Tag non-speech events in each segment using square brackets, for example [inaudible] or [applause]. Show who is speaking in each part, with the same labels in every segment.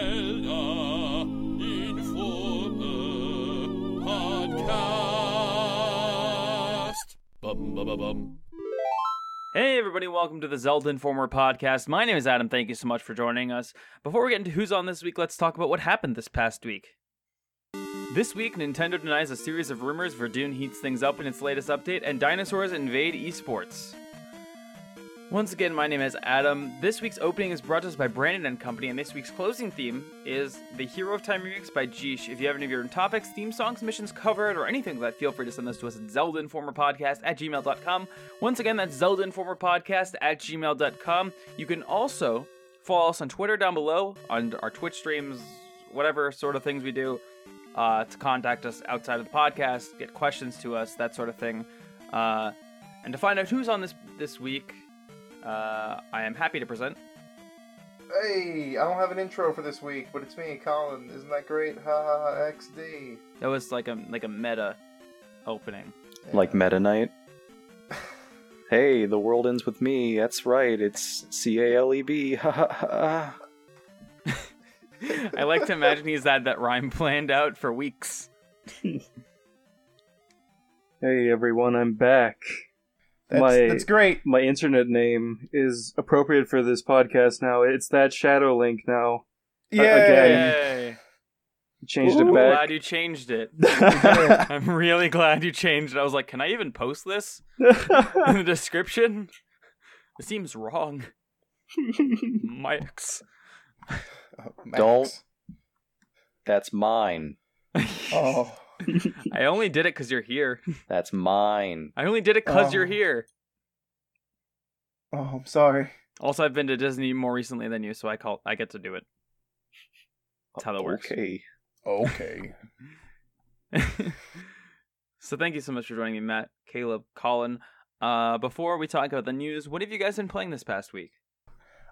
Speaker 1: Zelda Informe Podcast. Bum, bum, bum, bum.
Speaker 2: Hey, everybody, welcome to the Zelda Informer podcast. My name is Adam. Thank you so much for joining us. Before we get into who's on this week, let's talk about what happened this past week. This week, Nintendo denies a series of rumors, Verdun heats things up in its latest update, and dinosaurs invade esports. Once again, my name is Adam. This week's opening is brought to us by Brandon and Company, and this week's closing theme is The Hero of Time Remix by Jeesh. If you have any of your own topics, theme songs, missions covered, or anything like that, feel free to send those to us at ZeldaInformerPodcast at gmail.com. Once again, that's ZeldaInformerPodcast at gmail.com. You can also follow us on Twitter down below, on our Twitch streams, whatever sort of things we do, uh, to contact us outside of the podcast, get questions to us, that sort of thing. Uh, and to find out who's on this this week, uh, I am happy to present.
Speaker 3: Hey, I don't have an intro for this week, but it's me, Colin. Isn't that great? Ha ha ha, XD.
Speaker 2: That was like a like a meta opening. [laughs]
Speaker 4: like Meta Knight. hey, the world ends with me. That's right. It's C A L
Speaker 5: [laughs]
Speaker 4: E B. Ha ha ha.
Speaker 2: I like to imagine he's had that rhyme planned out for weeks.
Speaker 4: Hey everyone, I'm back.
Speaker 3: That's,
Speaker 4: My-
Speaker 3: that's great.
Speaker 4: My internet name is appropriate for this podcast now. It's that Shadow Link now.
Speaker 3: uh, Yeah.
Speaker 4: again.
Speaker 2: Yay!
Speaker 4: Changed
Speaker 2: Ooh,
Speaker 4: it back.
Speaker 2: glad you changed it.
Speaker 3: [laughs]
Speaker 2: I'm really glad you changed it. I was like, can I even post this in the description? It seems wrong. My ex.
Speaker 4: Don't. That's mine.
Speaker 3: Oh.
Speaker 2: I only did it because you're here.
Speaker 4: That's mine.
Speaker 2: I only did it because you're
Speaker 3: Oh.
Speaker 2: here.
Speaker 3: oh, I'm sorry.
Speaker 2: Also, I've been to Disney more recently than you, so I call I get to do it. That's how that works.
Speaker 4: Okay.
Speaker 3: Okay.
Speaker 2: [laughs] so thank you so much for joining me, Matt, Caleb, Colin. Uh, before we talk about the news, what have you guys been playing this past week?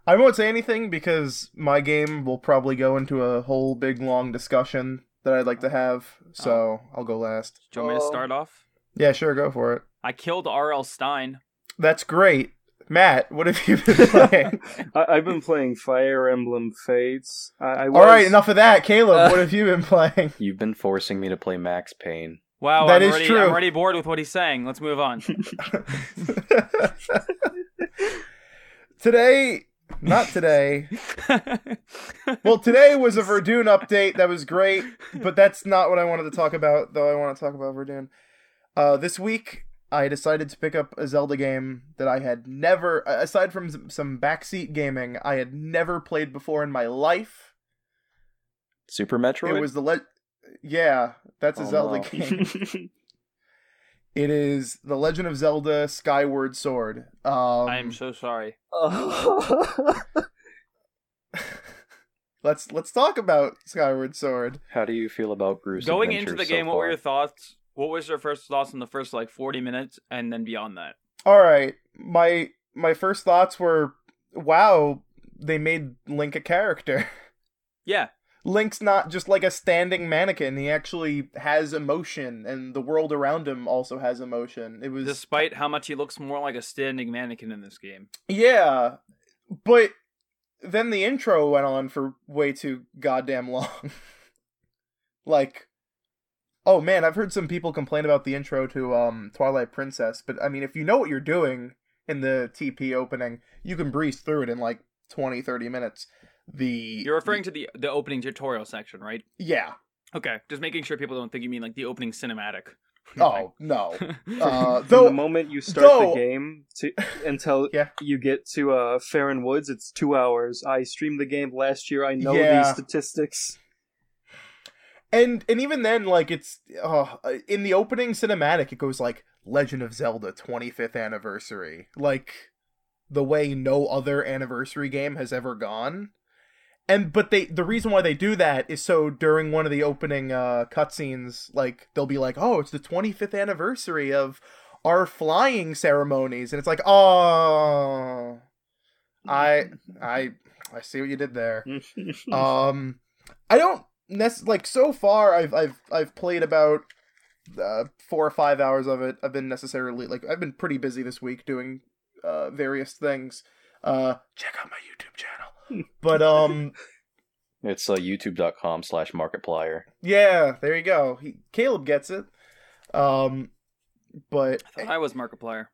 Speaker 3: I won't say anything because my game will probably go into a whole big long discussion that I'd like to have,
Speaker 4: Oh.
Speaker 3: so I'll go last.
Speaker 2: Do you want me to start off?
Speaker 3: Yeah, sure, go for it.
Speaker 2: I killed R.L. Stein.
Speaker 3: That's great. Matt, what have you been
Speaker 4: [laughs]
Speaker 3: playing?
Speaker 4: I- I've been playing Fire Emblem Fates. I, I was...
Speaker 3: All right, enough of that. Caleb,
Speaker 4: Uh.
Speaker 3: what have you been playing?
Speaker 5: You've been forcing me to play Max Payne.
Speaker 2: Wow,
Speaker 3: That
Speaker 2: I'm,
Speaker 3: is
Speaker 2: already,
Speaker 3: true.
Speaker 2: I'm already bored with what he's saying. Let's move on. [laughs]
Speaker 3: [laughs] today, not today. [laughs] Well, today was a Verdun update that was great, but that's not what I wanted to talk about. Though I want to talk about Verdun. Uh, this week, I decided to pick up a Zelda game that I had never, aside from some- some backseat gaming, I had never played before in my life.
Speaker 5: Super Metroid?
Speaker 3: It was the le- yeah, that's a
Speaker 5: Oh,
Speaker 3: Zelda [laughs]
Speaker 5: no.
Speaker 3: game.
Speaker 2: [laughs]
Speaker 3: It is the Legend of Zelda: Skyward Sword. Um,
Speaker 2: I am so sorry.
Speaker 3: let's let's talk about Skyward Sword.
Speaker 5: How do you feel about Gru's
Speaker 2: Going
Speaker 5: adventures
Speaker 2: into the
Speaker 5: so
Speaker 2: game, what
Speaker 5: far?
Speaker 2: were your thoughts? What was your first thoughts on the first like 40 minutes, and then beyond that?
Speaker 3: All right, my my first thoughts were, wow, they made Link a character. [laughs]
Speaker 2: Yeah,
Speaker 3: Link's not just like a standing mannequin. He actually has emotion, and the world around him also has emotion. It was
Speaker 2: despite how much he looks more like a standing mannequin in this game.
Speaker 3: yeah, but then the intro went on for way too goddamn long. [laughs] like, oh man, I've heard some people complain about the intro to um, Twilight Princess, but I mean, if you know what you're doing in the TP opening, you can breeze through it in like 20, 30 minutes. The
Speaker 2: You're referring to the the opening tutorial section, right?
Speaker 3: yeah.
Speaker 2: Okay, just making sure people don't think you mean like the opening cinematic. [laughs]
Speaker 3: Oh no. Uh, [laughs]
Speaker 4: From
Speaker 3: though
Speaker 4: the moment you start
Speaker 3: though-
Speaker 4: the game
Speaker 3: [laughs]
Speaker 4: to until
Speaker 3: Yeah.
Speaker 4: you get to uh, Farron Woods, it's two hours. I streamed the game last year. I know
Speaker 3: Yeah.
Speaker 4: these statistics.
Speaker 3: and and even then like it's uh, in the opening cinematic it goes like legend of zelda 25th anniversary like the way no other anniversary game has ever gone and but they the reason why they do that is so during one of the opening uh cutscenes like they'll be like oh it's the 25th anniversary of our flying ceremonies and it's like oh i i i see what you did there um i don't nec- like so far i've i've i've played about uh, four or five hours of it i've been necessarily like i've been pretty busy this week doing uh various things uh check out my youtube channel but um
Speaker 5: It's uh, youtube.com slash markiplier.
Speaker 3: Yeah, there you go. He, Caleb gets it. Um, but I,
Speaker 2: I was Markiplier.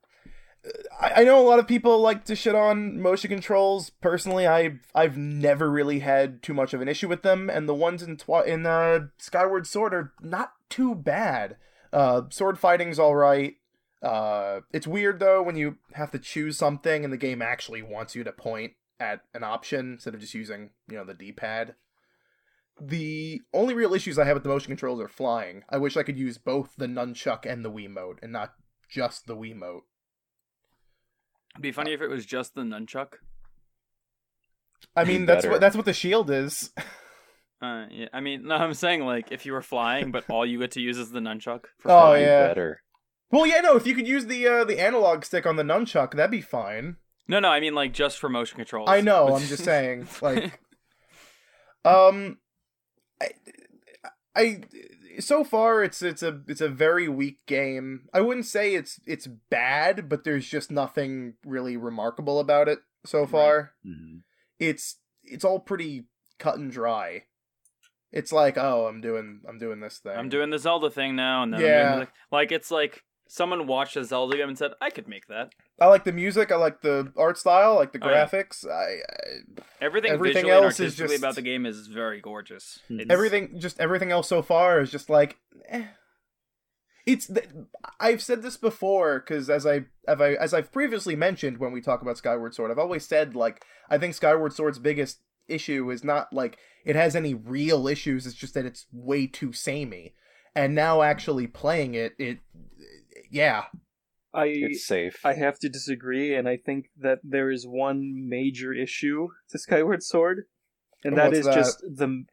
Speaker 3: I know a lot of people like to shit on motion controls. Personally, I I've never really had too much of an issue with them, and the ones in twi- in uh, Skyward Sword are not too bad. Uh, sword fighting's all right. Uh, it's weird though when you have to choose something and the game actually wants you to point at an option instead of just using you know the D-pad. The only real issues I have with the motion controls are flying. I wish I could use both the nunchuck and the Wii Wiimote and not just the Wii Wiimote.
Speaker 2: It'd be
Speaker 3: Oh.
Speaker 2: funny if it was just the nunchuck.
Speaker 3: I
Speaker 5: Be
Speaker 3: mean, that's
Speaker 5: better.
Speaker 3: what that's what the shield is. [laughs]
Speaker 2: Uh, yeah, I mean, [laughs] no, I'm saying like if you were flying, but all you get to use is the nunchuck. For
Speaker 3: Oh,
Speaker 5: Probably
Speaker 3: yeah.
Speaker 5: Better.
Speaker 3: Well, yeah, no. If you could use the uh, the analog stick on the nunchuck, that'd be fine.
Speaker 2: No, no, I mean like just for motion controls.
Speaker 3: I know. I'm
Speaker 2: [laughs]
Speaker 3: just saying, like, um, I, I, so far it's it's a it's a very weak game. I wouldn't say it's it's bad, but there's just nothing really remarkable about it so far.
Speaker 5: Mhm.
Speaker 3: It's it's all pretty cut and dry. It's like, oh, I'm doing I'm doing this thing.
Speaker 2: I'm doing the Zelda thing now, and then I'm
Speaker 3: Yeah.
Speaker 2: doing the, like it's like someone watched a Zelda game and said, "I could make that."
Speaker 3: I like the music. I like the art style. I like the
Speaker 2: Oh, yeah.
Speaker 3: graphics. I, I
Speaker 2: Everything,
Speaker 3: Everything
Speaker 2: visually and
Speaker 3: else is
Speaker 2: artistically
Speaker 3: just-
Speaker 2: about the game is very gorgeous.
Speaker 5: Hmm.
Speaker 2: It's-
Speaker 3: everything just everything else so far is just like eh. it's th- i've said this before because as I, have I as i've previously mentioned when we talk about skyward sword i've always said like i think skyward sword's biggest issue is not like it has any real issues it's just that it's way too samey and now actually playing it it yeah
Speaker 4: I
Speaker 5: It's safe.
Speaker 4: I have to disagree, and I think that there is one major issue to Skyward Sword, and
Speaker 3: And
Speaker 4: that
Speaker 3: what's
Speaker 4: is
Speaker 3: that?
Speaker 4: just the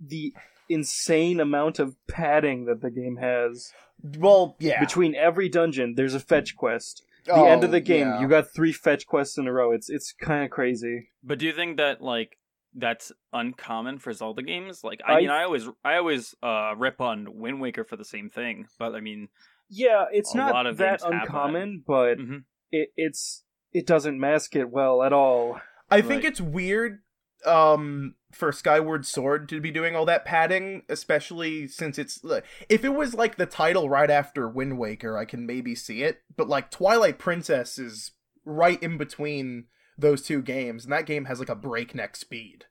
Speaker 4: the insane amount of padding that the game has
Speaker 3: well yeah
Speaker 4: between every dungeon. There's a fetch quest. The
Speaker 3: Oh,
Speaker 4: end of the game,
Speaker 3: yeah.
Speaker 4: you got three fetch quests in a row. It's it's kind of crazy.
Speaker 2: But do you think that like that's uncommon for Zelda games? Like, I,
Speaker 4: I-
Speaker 2: mean, I always, I always uh, rip on Wind Waker for the same thing, but I mean,
Speaker 4: Yeah, it's
Speaker 2: A
Speaker 4: not
Speaker 2: lot of
Speaker 4: that
Speaker 2: games have that.
Speaker 4: uncommon, but
Speaker 2: Mhm.
Speaker 4: it, it's it doesn't mask it well at all.
Speaker 3: I think
Speaker 2: Right.
Speaker 3: it's weird um for Skyward Sword to be doing all that padding, especially since it's like, if it was like the title right after Wind Waker, I can maybe see it, but like Twilight Princess is right in between those two games, and that game has like a breakneck speed.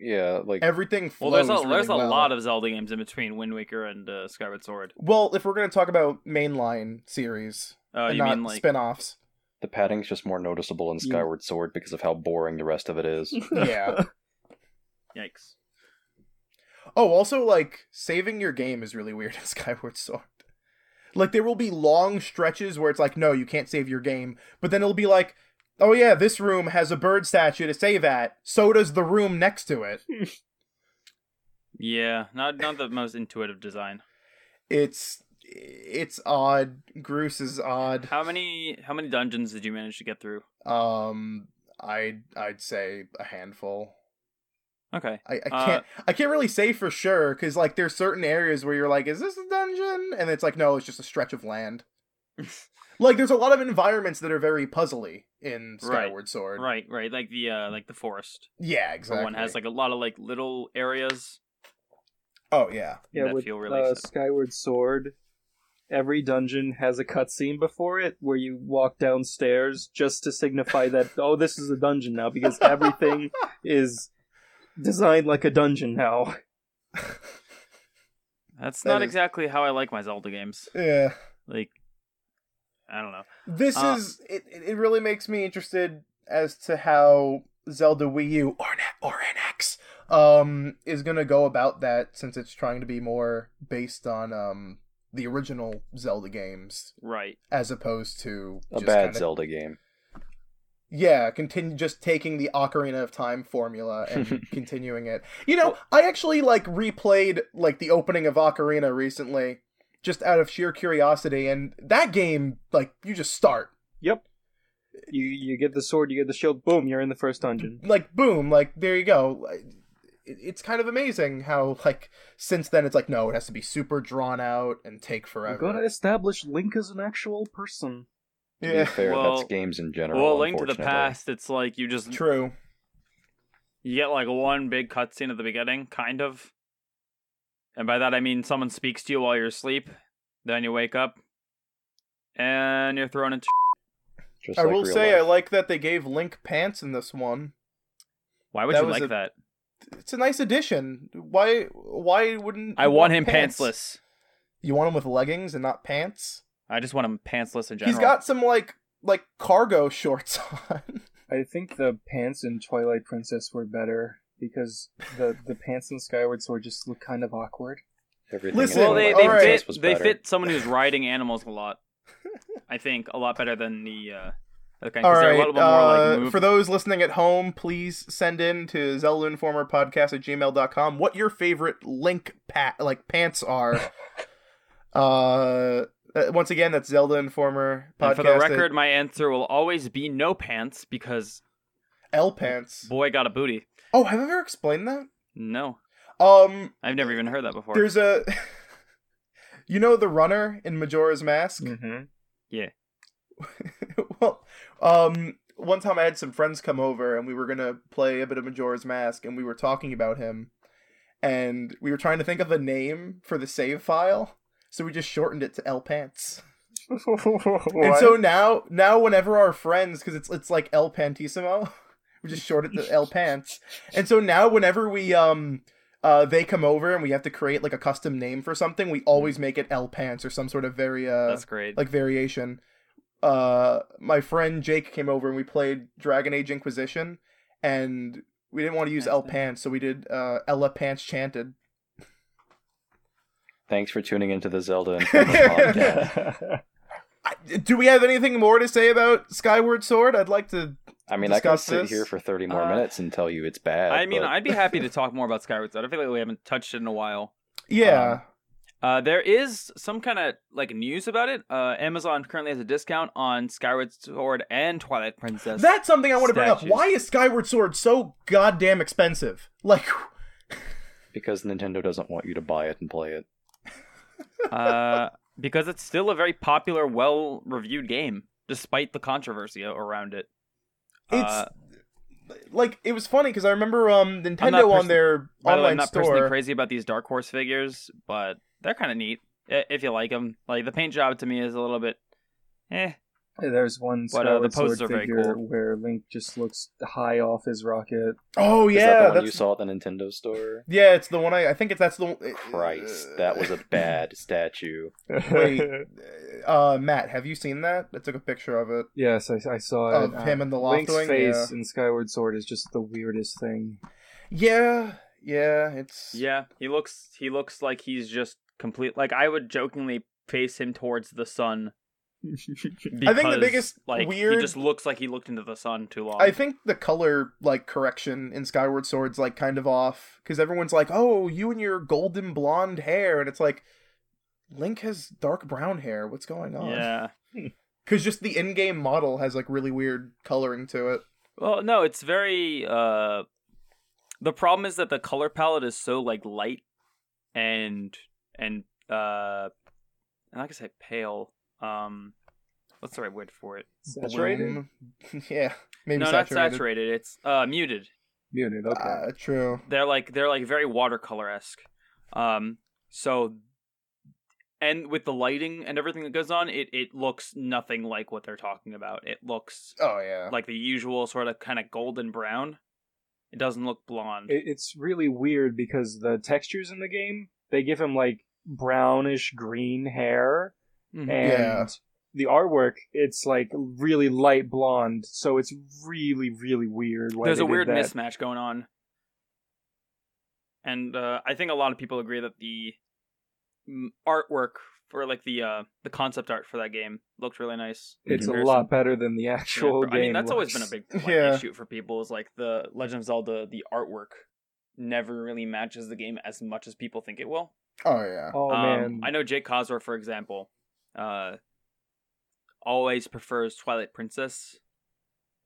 Speaker 5: yeah, like
Speaker 3: Everything
Speaker 2: well,
Speaker 3: flows.
Speaker 2: there's a
Speaker 3: really
Speaker 2: there's a
Speaker 3: well.
Speaker 2: lot of Zelda games in between Wind Waker and uh, Skyward Sword.
Speaker 3: Well, if we're gonna talk about mainline series,
Speaker 2: Uh,
Speaker 3: and
Speaker 2: you
Speaker 3: not
Speaker 2: mean like [laughs]
Speaker 3: spin-offs.
Speaker 5: the padding's just more noticeable in
Speaker 4: You-
Speaker 5: Skyward Sword because of how boring the rest of it
Speaker 3: [laughs]
Speaker 5: is.
Speaker 3: Yeah.
Speaker 2: yikes?
Speaker 3: Oh, also like saving your game is really weird [laughs] in Skyward Sword. Like there will be long stretches where it's like, no, you can't save your game, but then it'll be like, oh yeah, this room has a bird statue to save at. So does the room next to it.
Speaker 2: Yeah, not not the most intuitive design.
Speaker 3: It's it's odd. Groose is odd.
Speaker 2: How many how many dungeons did you manage to get through?
Speaker 3: Um, I'd I'd say a handful.
Speaker 2: Okay,
Speaker 3: I, I
Speaker 2: Uh,
Speaker 3: can't I can't really say for sure because like there's certain areas where you're like, is this a dungeon? And it's like, no, it's just a stretch
Speaker 2: [laughs]
Speaker 3: of land. like there's a lot of environments that are very puzzly in
Speaker 2: Right,
Speaker 3: Skyward Sword.
Speaker 2: right, right, like the uh like the forest.
Speaker 3: Yeah, exactly.
Speaker 2: One has like a lot of like little areas.
Speaker 3: oh yeah,
Speaker 2: that
Speaker 4: yeah, with
Speaker 2: feel really
Speaker 4: uh,
Speaker 2: sad.
Speaker 4: Skyward Sword, every dungeon has a cutscene before it where you walk downstairs just to signify that oh, this is a dungeon now because everything is designed like a dungeon now.
Speaker 2: That's
Speaker 3: That
Speaker 2: not
Speaker 3: is-
Speaker 2: exactly how I like my Zelda games.
Speaker 3: yeah.
Speaker 2: Like, I don't know.
Speaker 3: This
Speaker 2: Uh,
Speaker 3: is it. It really makes me interested as to how Zelda Wii U or Na- or NX um is gonna go about that since it's trying to be more based on um the original Zelda games
Speaker 2: Right.
Speaker 3: as opposed to
Speaker 5: a
Speaker 3: just
Speaker 5: bad
Speaker 3: kinda-
Speaker 5: Zelda game.
Speaker 3: Yeah, continue just taking the Ocarina of Time formula
Speaker 5: [laughs]
Speaker 3: and continuing it. You know, I actually like replayed like the opening of Ocarina recently just out of sheer curiosity and that game like you just start
Speaker 4: Yep. You you get the sword, you get the shield, boom, you're in the first dungeon.
Speaker 3: like boom, like there you go. Like, it- It's kind of amazing how like since then it's like no, it has to be super drawn out and take
Speaker 4: We're
Speaker 3: forever.
Speaker 4: gonna establish Link as an actual person.
Speaker 5: To be
Speaker 3: Yeah,
Speaker 5: fair,
Speaker 2: Well-
Speaker 5: that's games in general.
Speaker 2: Well, Link to the
Speaker 5: unfortunately.
Speaker 2: Past, it's like you just
Speaker 3: true.
Speaker 2: You get like one big cutscene at the beginning, kind of. And by that I mean someone speaks to you while you're asleep, then you wake up, and you're thrown into. [laughs]
Speaker 5: Just
Speaker 3: I
Speaker 5: like
Speaker 3: will
Speaker 5: real
Speaker 3: say I
Speaker 5: life.
Speaker 3: like that they gave Link pants in this one.
Speaker 2: Why would
Speaker 3: That
Speaker 2: you
Speaker 3: was
Speaker 2: like
Speaker 3: a-
Speaker 2: that?
Speaker 3: It's a nice addition. Why? Why wouldn't
Speaker 2: I
Speaker 3: you
Speaker 2: want him
Speaker 3: pants?
Speaker 2: pantsless.
Speaker 3: You want him with leggings and not pants?
Speaker 2: I just want him pantsless in general.
Speaker 3: He's got some like like cargo [laughs] shorts on.
Speaker 4: I think the pants in Twilight Princess were better because the the pants in Skyward Sword just look kind of awkward.
Speaker 5: Everything
Speaker 3: Listen,
Speaker 5: in
Speaker 2: Well, they,
Speaker 5: Twilight
Speaker 2: they
Speaker 3: Alright.
Speaker 5: Princess was
Speaker 2: fit they
Speaker 5: better.
Speaker 2: fit someone who's riding animals a
Speaker 3: [laughs]
Speaker 2: lot. I think a lot better than the uh, the kind
Speaker 3: All
Speaker 2: because they're a
Speaker 3: right.
Speaker 2: little bit more like
Speaker 3: uh,
Speaker 2: move-
Speaker 3: for those listening at home, please send in to zeldinformerpodcast at gmail.com what your favorite Link pa- like
Speaker 2: [laughs]
Speaker 3: pants are. uh, uh, once again, that's Zelda Informer Podcast.
Speaker 2: And for the record, my answer will always be no pants because
Speaker 3: L pants.
Speaker 2: boy got a booty.
Speaker 3: Oh, have I ever explained that?
Speaker 2: No,
Speaker 3: Um,
Speaker 2: I've never even heard that before.
Speaker 3: there's a, [laughs] you know, the runner in Majora's Mask.
Speaker 4: Mm-hmm. [laughs]
Speaker 3: [laughs] well, um, one time I had some friends come over and we were gonna play a bit of Majora's Mask, and we were talking about him, and we were trying to think of a name for the save file, so we just shortened it to L Pants. And so now, now whenever our friends, because it's it's like El Pantissimo, [laughs] we just short it to El Pants. And so now, whenever we um, uh, they come over and we have to create like a custom name for something, we always make it El Pants or some sort of very uh,
Speaker 2: That's great.
Speaker 3: like variation. Uh, my friend Jake came over and we played Dragon Age Inquisition, and we didn't want to use El
Speaker 2: Excellent.
Speaker 3: Pants, so we did uh, Ella Pants chanted.
Speaker 5: Thanks for tuning into the Zelda
Speaker 3: [laughs]
Speaker 5: Informer podcast.
Speaker 3: I, do we have anything more to say about Skyward Sword? I'd like to.
Speaker 5: I mean, I can
Speaker 3: Discuss
Speaker 5: sit
Speaker 3: this.
Speaker 5: here for 30 more
Speaker 2: Uh,
Speaker 5: minutes and tell you it's bad.
Speaker 2: I mean,
Speaker 5: but
Speaker 2: I'd be happy to talk more about Skyward Sword. I feel like we haven't touched it in a while.
Speaker 3: Yeah.
Speaker 2: Um, Uh, there is some kind of like news about it. Uh, Amazon currently has a discount on Skyward Sword and Twilight Princess.
Speaker 3: That's something I want to bring up.
Speaker 2: statues.
Speaker 3: Why is Skyward Sword so goddamn expensive? Like,
Speaker 5: because Nintendo doesn't want you to buy it and play it.
Speaker 3: [laughs]
Speaker 2: uh, because it's still a very popular, well-reviewed game, despite the controversy around it.
Speaker 3: it's
Speaker 2: Uh,
Speaker 3: like it was funny because I remember um
Speaker 2: not
Speaker 3: Nintendo on
Speaker 2: person-
Speaker 3: their
Speaker 2: By the way,
Speaker 3: online
Speaker 2: I'm not personally
Speaker 3: store.
Speaker 2: crazy about these Dark Horse figures, but they're kind of neat i- if you like them. Like the paint job to me is a little bit, eh.
Speaker 4: There's one
Speaker 2: But, uh, the
Speaker 4: Skyward Sword
Speaker 2: posts are very
Speaker 4: figure
Speaker 2: cool.
Speaker 4: where Link just looks high off his
Speaker 3: [laughs]
Speaker 4: rocket.
Speaker 3: oh
Speaker 5: Is that the
Speaker 3: yeah,
Speaker 5: one you
Speaker 3: that's
Speaker 5: saw at the
Speaker 3: [laughs]
Speaker 5: Nintendo store?
Speaker 3: yeah, it's the one I I think it's that's the one.
Speaker 5: Christ, that was a
Speaker 3: [laughs]
Speaker 5: bad statue.
Speaker 3: Wait, uh, Matt, have you seen that? I took a picture of it
Speaker 4: yes, I, I saw it.
Speaker 3: of
Speaker 4: Uh,
Speaker 3: him in the
Speaker 4: Link's
Speaker 3: Loftwing.
Speaker 4: face in Skyward Sword is just the weirdest thing.
Speaker 3: Yeah. yeah, yeah, it's
Speaker 2: Yeah, he looks he looks like he's just complete. Like I would jokingly face him towards the sun.
Speaker 3: I think
Speaker 2: because,
Speaker 3: the biggest
Speaker 2: like he
Speaker 3: weird
Speaker 2: just looks like he looked into the sun too long.
Speaker 3: I think the color like correction in Skyward Sword's like kind of off because everyone's like, "Oh, you and your golden blonde hair," and it's like, Link has dark brown hair. What's going on?
Speaker 2: yeah.
Speaker 3: because just the in-game model has like really weird coloring to it.
Speaker 2: Well, no, it's very. Uh, the problem is that the color palette is so like light and and uh, I'm not gonna say pale. Um, what's the right word for it?
Speaker 4: Saturated?
Speaker 3: Bloom. [laughs] yeah, maybe
Speaker 2: no,
Speaker 3: saturated.
Speaker 2: not saturated. It's uh, muted.
Speaker 4: Muted, okay.
Speaker 3: Ah, true.
Speaker 2: They're like they're like very watercolor esque. Um, so and with the lighting and everything that goes on, it it looks nothing like what they're talking about. It looks
Speaker 3: Oh yeah.
Speaker 2: like the usual sort of kind of golden brown. It doesn't look blonde.
Speaker 4: it, it's really weird because the textures in the game they give him like brownish green hair
Speaker 2: Mhm.
Speaker 4: and
Speaker 3: Yeah.
Speaker 4: the artwork it's like really light blonde so it's really really weird why
Speaker 2: there's
Speaker 4: they
Speaker 2: a
Speaker 4: did
Speaker 2: weird
Speaker 4: that.
Speaker 2: mismatch going on and uh, i think a lot of people agree that the mm, artwork for like the uh the concept art for that game looked really nice in
Speaker 4: it's a
Speaker 2: comparison.
Speaker 4: lot better than the
Speaker 2: Yeah,
Speaker 4: actual
Speaker 2: for- i mean
Speaker 4: game
Speaker 2: that's always been a
Speaker 4: looks.
Speaker 2: big
Speaker 4: [laughs]
Speaker 2: like,
Speaker 3: Yeah.
Speaker 2: issue for people is like the legend of zelda the artwork never really matches the game as much as people think it will
Speaker 3: Oh yeah.
Speaker 4: oh
Speaker 2: um,
Speaker 4: man
Speaker 2: I know Jake Cosworth, for example, uh, always prefers Twilight Princess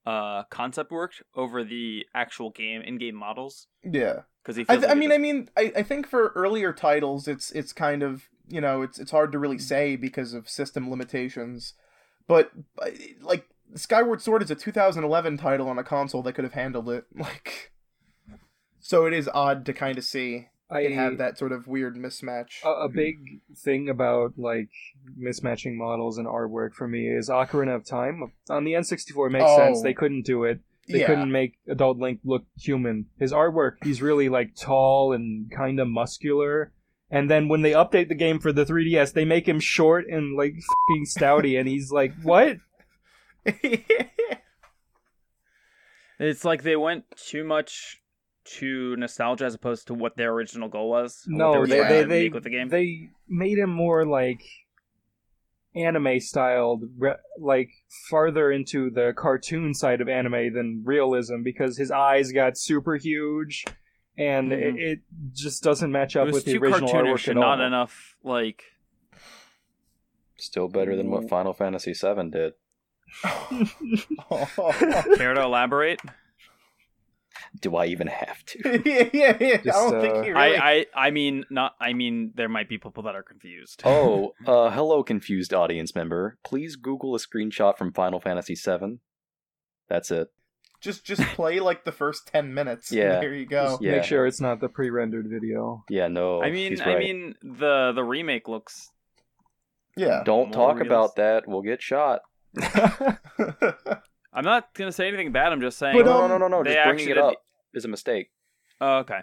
Speaker 2: uh, concept work over the actual game in-game models
Speaker 3: Yeah.
Speaker 2: because he.
Speaker 3: I,
Speaker 2: Feels like
Speaker 3: th- I
Speaker 2: it
Speaker 3: mean, I
Speaker 2: just-
Speaker 3: mean, I, I think for earlier titles, it's it's kind of you know it's it's hard to really
Speaker 4: Mm.
Speaker 3: say because of system limitations, but uh, [laughs] like Skyward Sword is a 2011 title on a console that could have handled it. Like, So it is odd to kind of see
Speaker 4: I Oh,
Speaker 3: it have that sort of weird mismatch.
Speaker 4: A, a big thing about like mismatching models and artwork for me is Ocarina of Time on the N64 it makes
Speaker 3: Oh.
Speaker 4: sense. They couldn't do it. They
Speaker 3: yeah. [laughs]
Speaker 4: couldn't make Adult Link look human. His artwork, he's really like tall and kind of muscular. And then when they update the game for the 3DS, they make him short and like fing stouty, and he's like, "What?
Speaker 2: It's like they went too much to nostalgia as opposed to what their original goal was. and what
Speaker 4: No,
Speaker 2: were
Speaker 4: they
Speaker 2: trying
Speaker 4: they
Speaker 2: to
Speaker 4: they,
Speaker 2: make with the game.
Speaker 4: they made him more like anime styled, re- like farther into the cartoon side of anime than realism because his eyes got super huge, and
Speaker 2: Mhm.
Speaker 4: it, it just doesn't match
Speaker 2: it
Speaker 4: up
Speaker 2: was
Speaker 4: with the
Speaker 2: too
Speaker 4: original
Speaker 2: cartoonish
Speaker 4: artwork at
Speaker 2: and not
Speaker 4: all.
Speaker 2: enough like
Speaker 5: Still better than
Speaker 3: Mm.
Speaker 5: what Final Fantasy VII did.
Speaker 2: care to elaborate.
Speaker 5: Do I even have
Speaker 3: [laughs]
Speaker 5: to?
Speaker 3: yeah, yeah, yeah. I
Speaker 4: Just,
Speaker 3: don't
Speaker 4: uh,
Speaker 3: think he [laughs] really.
Speaker 2: I, I I mean not I mean there might be people that are confused.
Speaker 5: Oh, uh, hello, confused audience member. Please Google a screenshot from Final Fantasy VII. That's it.
Speaker 3: Just just play like the first ten minutes. and
Speaker 5: Yeah.
Speaker 3: there you
Speaker 4: Just
Speaker 3: go.
Speaker 5: Yeah.
Speaker 4: Make sure it's not the pre-rendered video.
Speaker 5: Yeah, no.
Speaker 2: I mean
Speaker 5: he's right.
Speaker 2: I mean the the remake looks
Speaker 3: Yeah.
Speaker 5: don't
Speaker 2: More
Speaker 5: talk about that. We'll get shot.
Speaker 3: [laughs]
Speaker 2: I'm not gonna say anything bad, I'm just saying
Speaker 3: But,
Speaker 5: no,
Speaker 3: um,
Speaker 5: no, no, no, no.
Speaker 2: they
Speaker 5: Just
Speaker 2: actually
Speaker 5: bringing it
Speaker 2: did-
Speaker 5: up is a mistake.
Speaker 2: Oh, okay.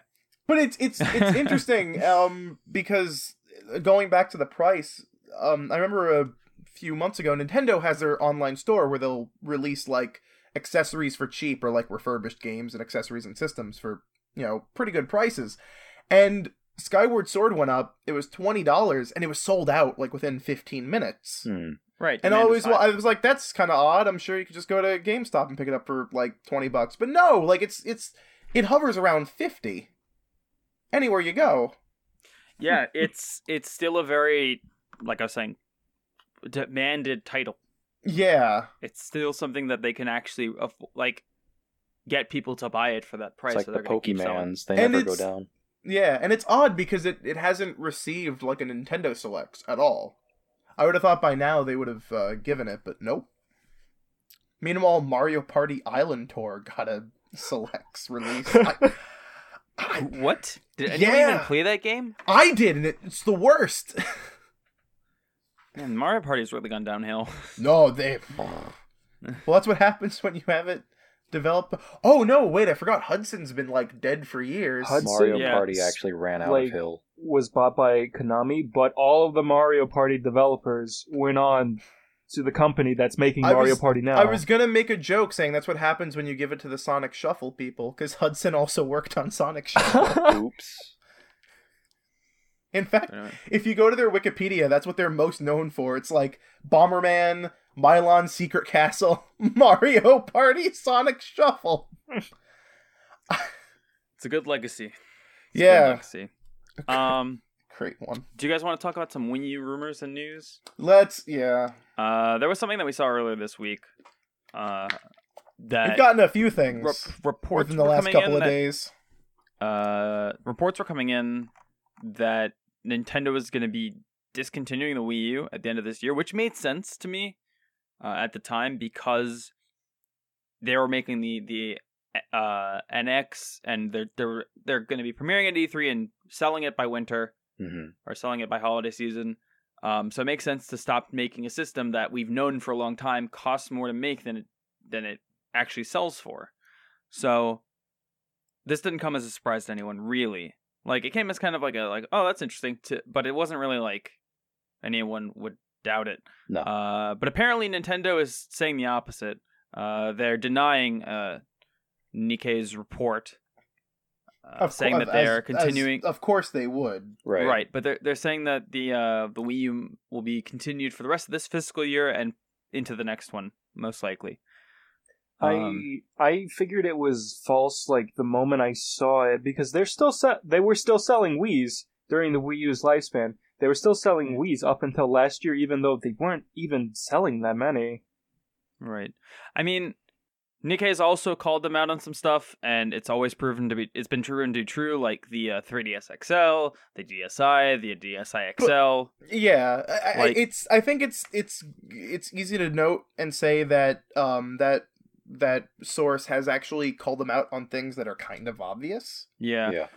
Speaker 3: But it's it's it's interesting um because going back to the price, um I remember a few months ago Nintendo has their online store where they'll release like accessories for cheap or like refurbished games and accessories and systems for, you know, pretty good prices. And Skyward Sword went up, it was $20 and it was sold out like within 15 minutes.
Speaker 5: Hmm.
Speaker 2: Right.
Speaker 3: And I
Speaker 2: demand
Speaker 3: always,
Speaker 2: is high.
Speaker 3: well, I was like, that's kind of odd. I'm sure you could just go to GameStop and pick it up for like twenty bucks, but no, like it's it's it hovers around fifty. Anywhere you go,
Speaker 2: yeah, it's it's still a very like I was saying demanded title.
Speaker 3: yeah,
Speaker 2: It's still something that they can actually aff- like get people to buy it for that price.
Speaker 5: It's like
Speaker 2: so
Speaker 5: the
Speaker 2: they're gonna keep selling.
Speaker 5: Pokemans. They
Speaker 3: And
Speaker 5: never go
Speaker 3: it's-
Speaker 5: down.
Speaker 3: yeah, and it's odd because it it hasn't received like a Nintendo Selects at all. I would have thought by now they would have uh, given it, but nope. Meanwhile, Mario Party Island Tour got a [laughs] Selects release. I, I,
Speaker 2: What? Did anyone even
Speaker 3: Yeah.
Speaker 2: play that game?
Speaker 3: I did, and it, it's the worst.
Speaker 2: Man, Mario Party's really gone downhill. [laughs]
Speaker 3: No, they. well, that's what happens when you have it develop. Oh no, wait! I forgot. Hudson's been like dead for years.
Speaker 4: Hudson-
Speaker 5: Mario
Speaker 2: yeah,
Speaker 5: Party
Speaker 2: it's
Speaker 5: actually ran out
Speaker 4: like-
Speaker 5: of hill.
Speaker 4: Was bought by Konami, but all of the Mario Party developers went on to the company that's making
Speaker 3: I
Speaker 4: Mario
Speaker 3: was-
Speaker 4: Party now.
Speaker 3: I was gonna make a joke saying that's what happens when you give it to the Sonic Shuffle people, because Hudson also worked on
Speaker 2: [laughs]
Speaker 3: Sonic Shuffle.
Speaker 4: [laughs]
Speaker 5: Oops.
Speaker 3: In fact,
Speaker 2: Anyway.
Speaker 3: if you go to their Wikipedia, that's what they're most known for. It's like Bomberman, Mylon Secret Castle, [laughs] Mario Party, Sonic Shuffle.
Speaker 2: It's a good legacy. It's a good
Speaker 3: Yeah,
Speaker 2: legacy. Um,
Speaker 3: great one.
Speaker 2: do you guys want to talk about some Wii U rumors and news?
Speaker 3: Let's. Yeah,
Speaker 2: Uh, there was something that we saw earlier this week. Uh,
Speaker 3: we've
Speaker 2: that
Speaker 3: gotten a few things
Speaker 2: rep- reports
Speaker 3: within the
Speaker 2: were
Speaker 3: last
Speaker 2: coming
Speaker 3: couple
Speaker 2: in
Speaker 3: of
Speaker 2: that-
Speaker 3: days.
Speaker 2: Uh, reports were coming in that Nintendo is going to be discontinuing the Wii U at the end of this year, which made sense to me uh, at the time because they were making the the uh, NX and they're they're they're going to be premiering at E3 and selling it by winter
Speaker 5: hmm
Speaker 2: or selling it by holiday season. Um, so it makes sense to stop making a system that we've known for a long time costs more to make than it than it actually sells for. So this didn't come as a surprise to anyone, really. Like it came as kind of like a like oh that's interesting, to, but it wasn't really like anyone would doubt it.
Speaker 5: No.
Speaker 2: Uh, but apparently Nintendo is saying the opposite. Uh, they're denying uh, Nikkei's report, uh,
Speaker 3: Of
Speaker 2: saying
Speaker 3: cour-
Speaker 2: that
Speaker 3: as-
Speaker 2: they are
Speaker 3: as-
Speaker 2: continuing.
Speaker 3: of course, they would.
Speaker 5: right.
Speaker 2: But they're they're saying that the uh the Wii U will be continued for the rest of this fiscal year and into the next one, most likely. Um,
Speaker 4: I I figured it was false like the moment I saw it because they're still se- they were still selling Wii's during the Wii U's lifespan. They were still selling Wii's up until last year, even though they weren't even selling
Speaker 3: [laughs]
Speaker 4: that many.
Speaker 2: right. I mean, Nikkei has also called them out on some stuff, and it's always proven to be it's been proven to be true, like the uh, 3DS XL, the DSi, the DSi XL.
Speaker 3: Yeah, I- I,
Speaker 2: Like-
Speaker 3: it's. I think it's it's it's easy to note and say that um that that source has actually called them out on things that are kind of obvious.
Speaker 2: Yeah.
Speaker 5: yeah.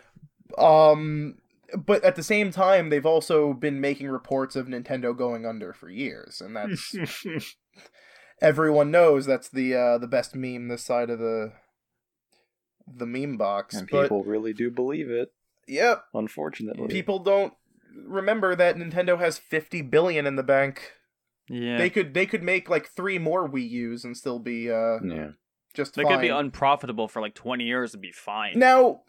Speaker 3: Um, but at the same time, they've also been making reports of Nintendo going under for years, and
Speaker 5: [laughs]
Speaker 3: that's everyone knows that's the uh, the best meme this side of the the meme box.
Speaker 5: And
Speaker 3: but
Speaker 5: people really do believe it,
Speaker 3: yep,
Speaker 5: unfortunately.
Speaker 3: people don't remember that Nintendo has fifty billion in the bank.
Speaker 2: Yeah.
Speaker 3: They could they could make like three more Wii U's and still be uh
Speaker 5: Yeah.
Speaker 3: just
Speaker 2: They
Speaker 3: fine.
Speaker 2: could be unprofitable for like 20 years and be fine.
Speaker 3: Now,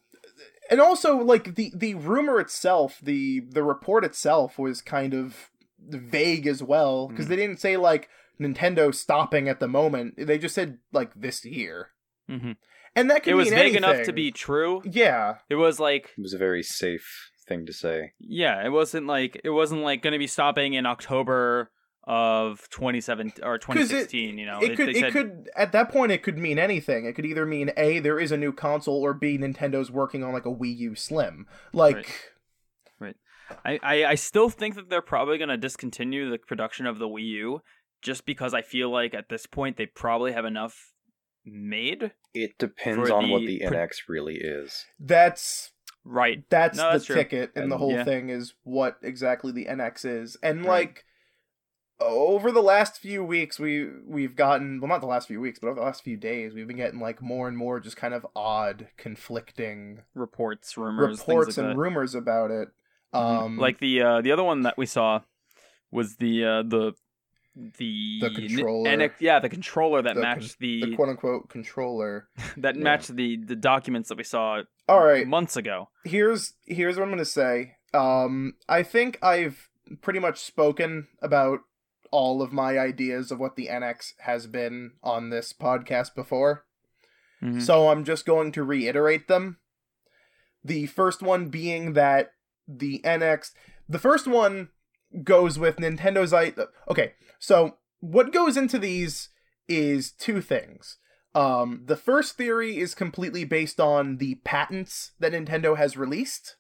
Speaker 3: and also like the the rumor itself, the the report itself was kind of vague as well
Speaker 2: Mm.
Speaker 3: because they didn't say like Nintendo stopping at the moment. They just said like this year,
Speaker 2: hmm
Speaker 3: and that could
Speaker 2: It was
Speaker 3: mean
Speaker 2: vague enough to
Speaker 3: anything.
Speaker 2: be true.
Speaker 3: yeah.
Speaker 2: It was like,
Speaker 5: It was a very safe thing to say.
Speaker 2: yeah, it wasn't like it wasn't like going to be stopping in October of 2017 or 2016. you know,
Speaker 3: it could
Speaker 2: they
Speaker 3: it
Speaker 2: said,
Speaker 3: could at that point it could mean anything. It could either mean a there is a new console or b Nintendo's working on like a Wii U Slim. Like
Speaker 2: I, I, I still think that they're probably going to discontinue the production of the Wii U just because I feel like at this point they probably have enough made.
Speaker 5: It depends
Speaker 2: For
Speaker 5: on what
Speaker 2: the
Speaker 5: the
Speaker 2: pro-
Speaker 5: NX really is.
Speaker 3: that's
Speaker 2: Right.
Speaker 3: that's
Speaker 2: No,
Speaker 3: the
Speaker 2: that's true.
Speaker 3: ticket and the
Speaker 5: And-
Speaker 3: whole
Speaker 2: yeah.
Speaker 3: thing is what exactly the NX is. And
Speaker 2: Right.
Speaker 3: like over the last few weeks we we've gotten well not the last few weeks, but over the last few days we've been getting like more and more just kind of odd conflicting
Speaker 2: Reports, rumors,
Speaker 3: reports
Speaker 2: things like
Speaker 3: and
Speaker 2: that.
Speaker 3: rumors about it.
Speaker 2: Mhm.
Speaker 3: Um
Speaker 2: like the uh, the other one that we saw was the uh, the the,
Speaker 3: The
Speaker 2: n-
Speaker 3: controller.
Speaker 2: NX yeah, the controller that
Speaker 3: The con-
Speaker 2: matched the,
Speaker 3: the quote unquote controller.
Speaker 2: that
Speaker 5: yeah.
Speaker 2: matched the the documents that we saw
Speaker 3: All right.
Speaker 2: months ago.
Speaker 3: here's here's what I'm gonna say. Um, I think I've pretty much spoken about all of my ideas of what the NX has been on this podcast before,
Speaker 2: Mhm.
Speaker 3: so I'm just going to reiterate them. The first one being that the NX, the first one goes with Nintendo's I. Okay, so what goes into these is two things. Um, the first theory is completely based on the patents that Nintendo has released.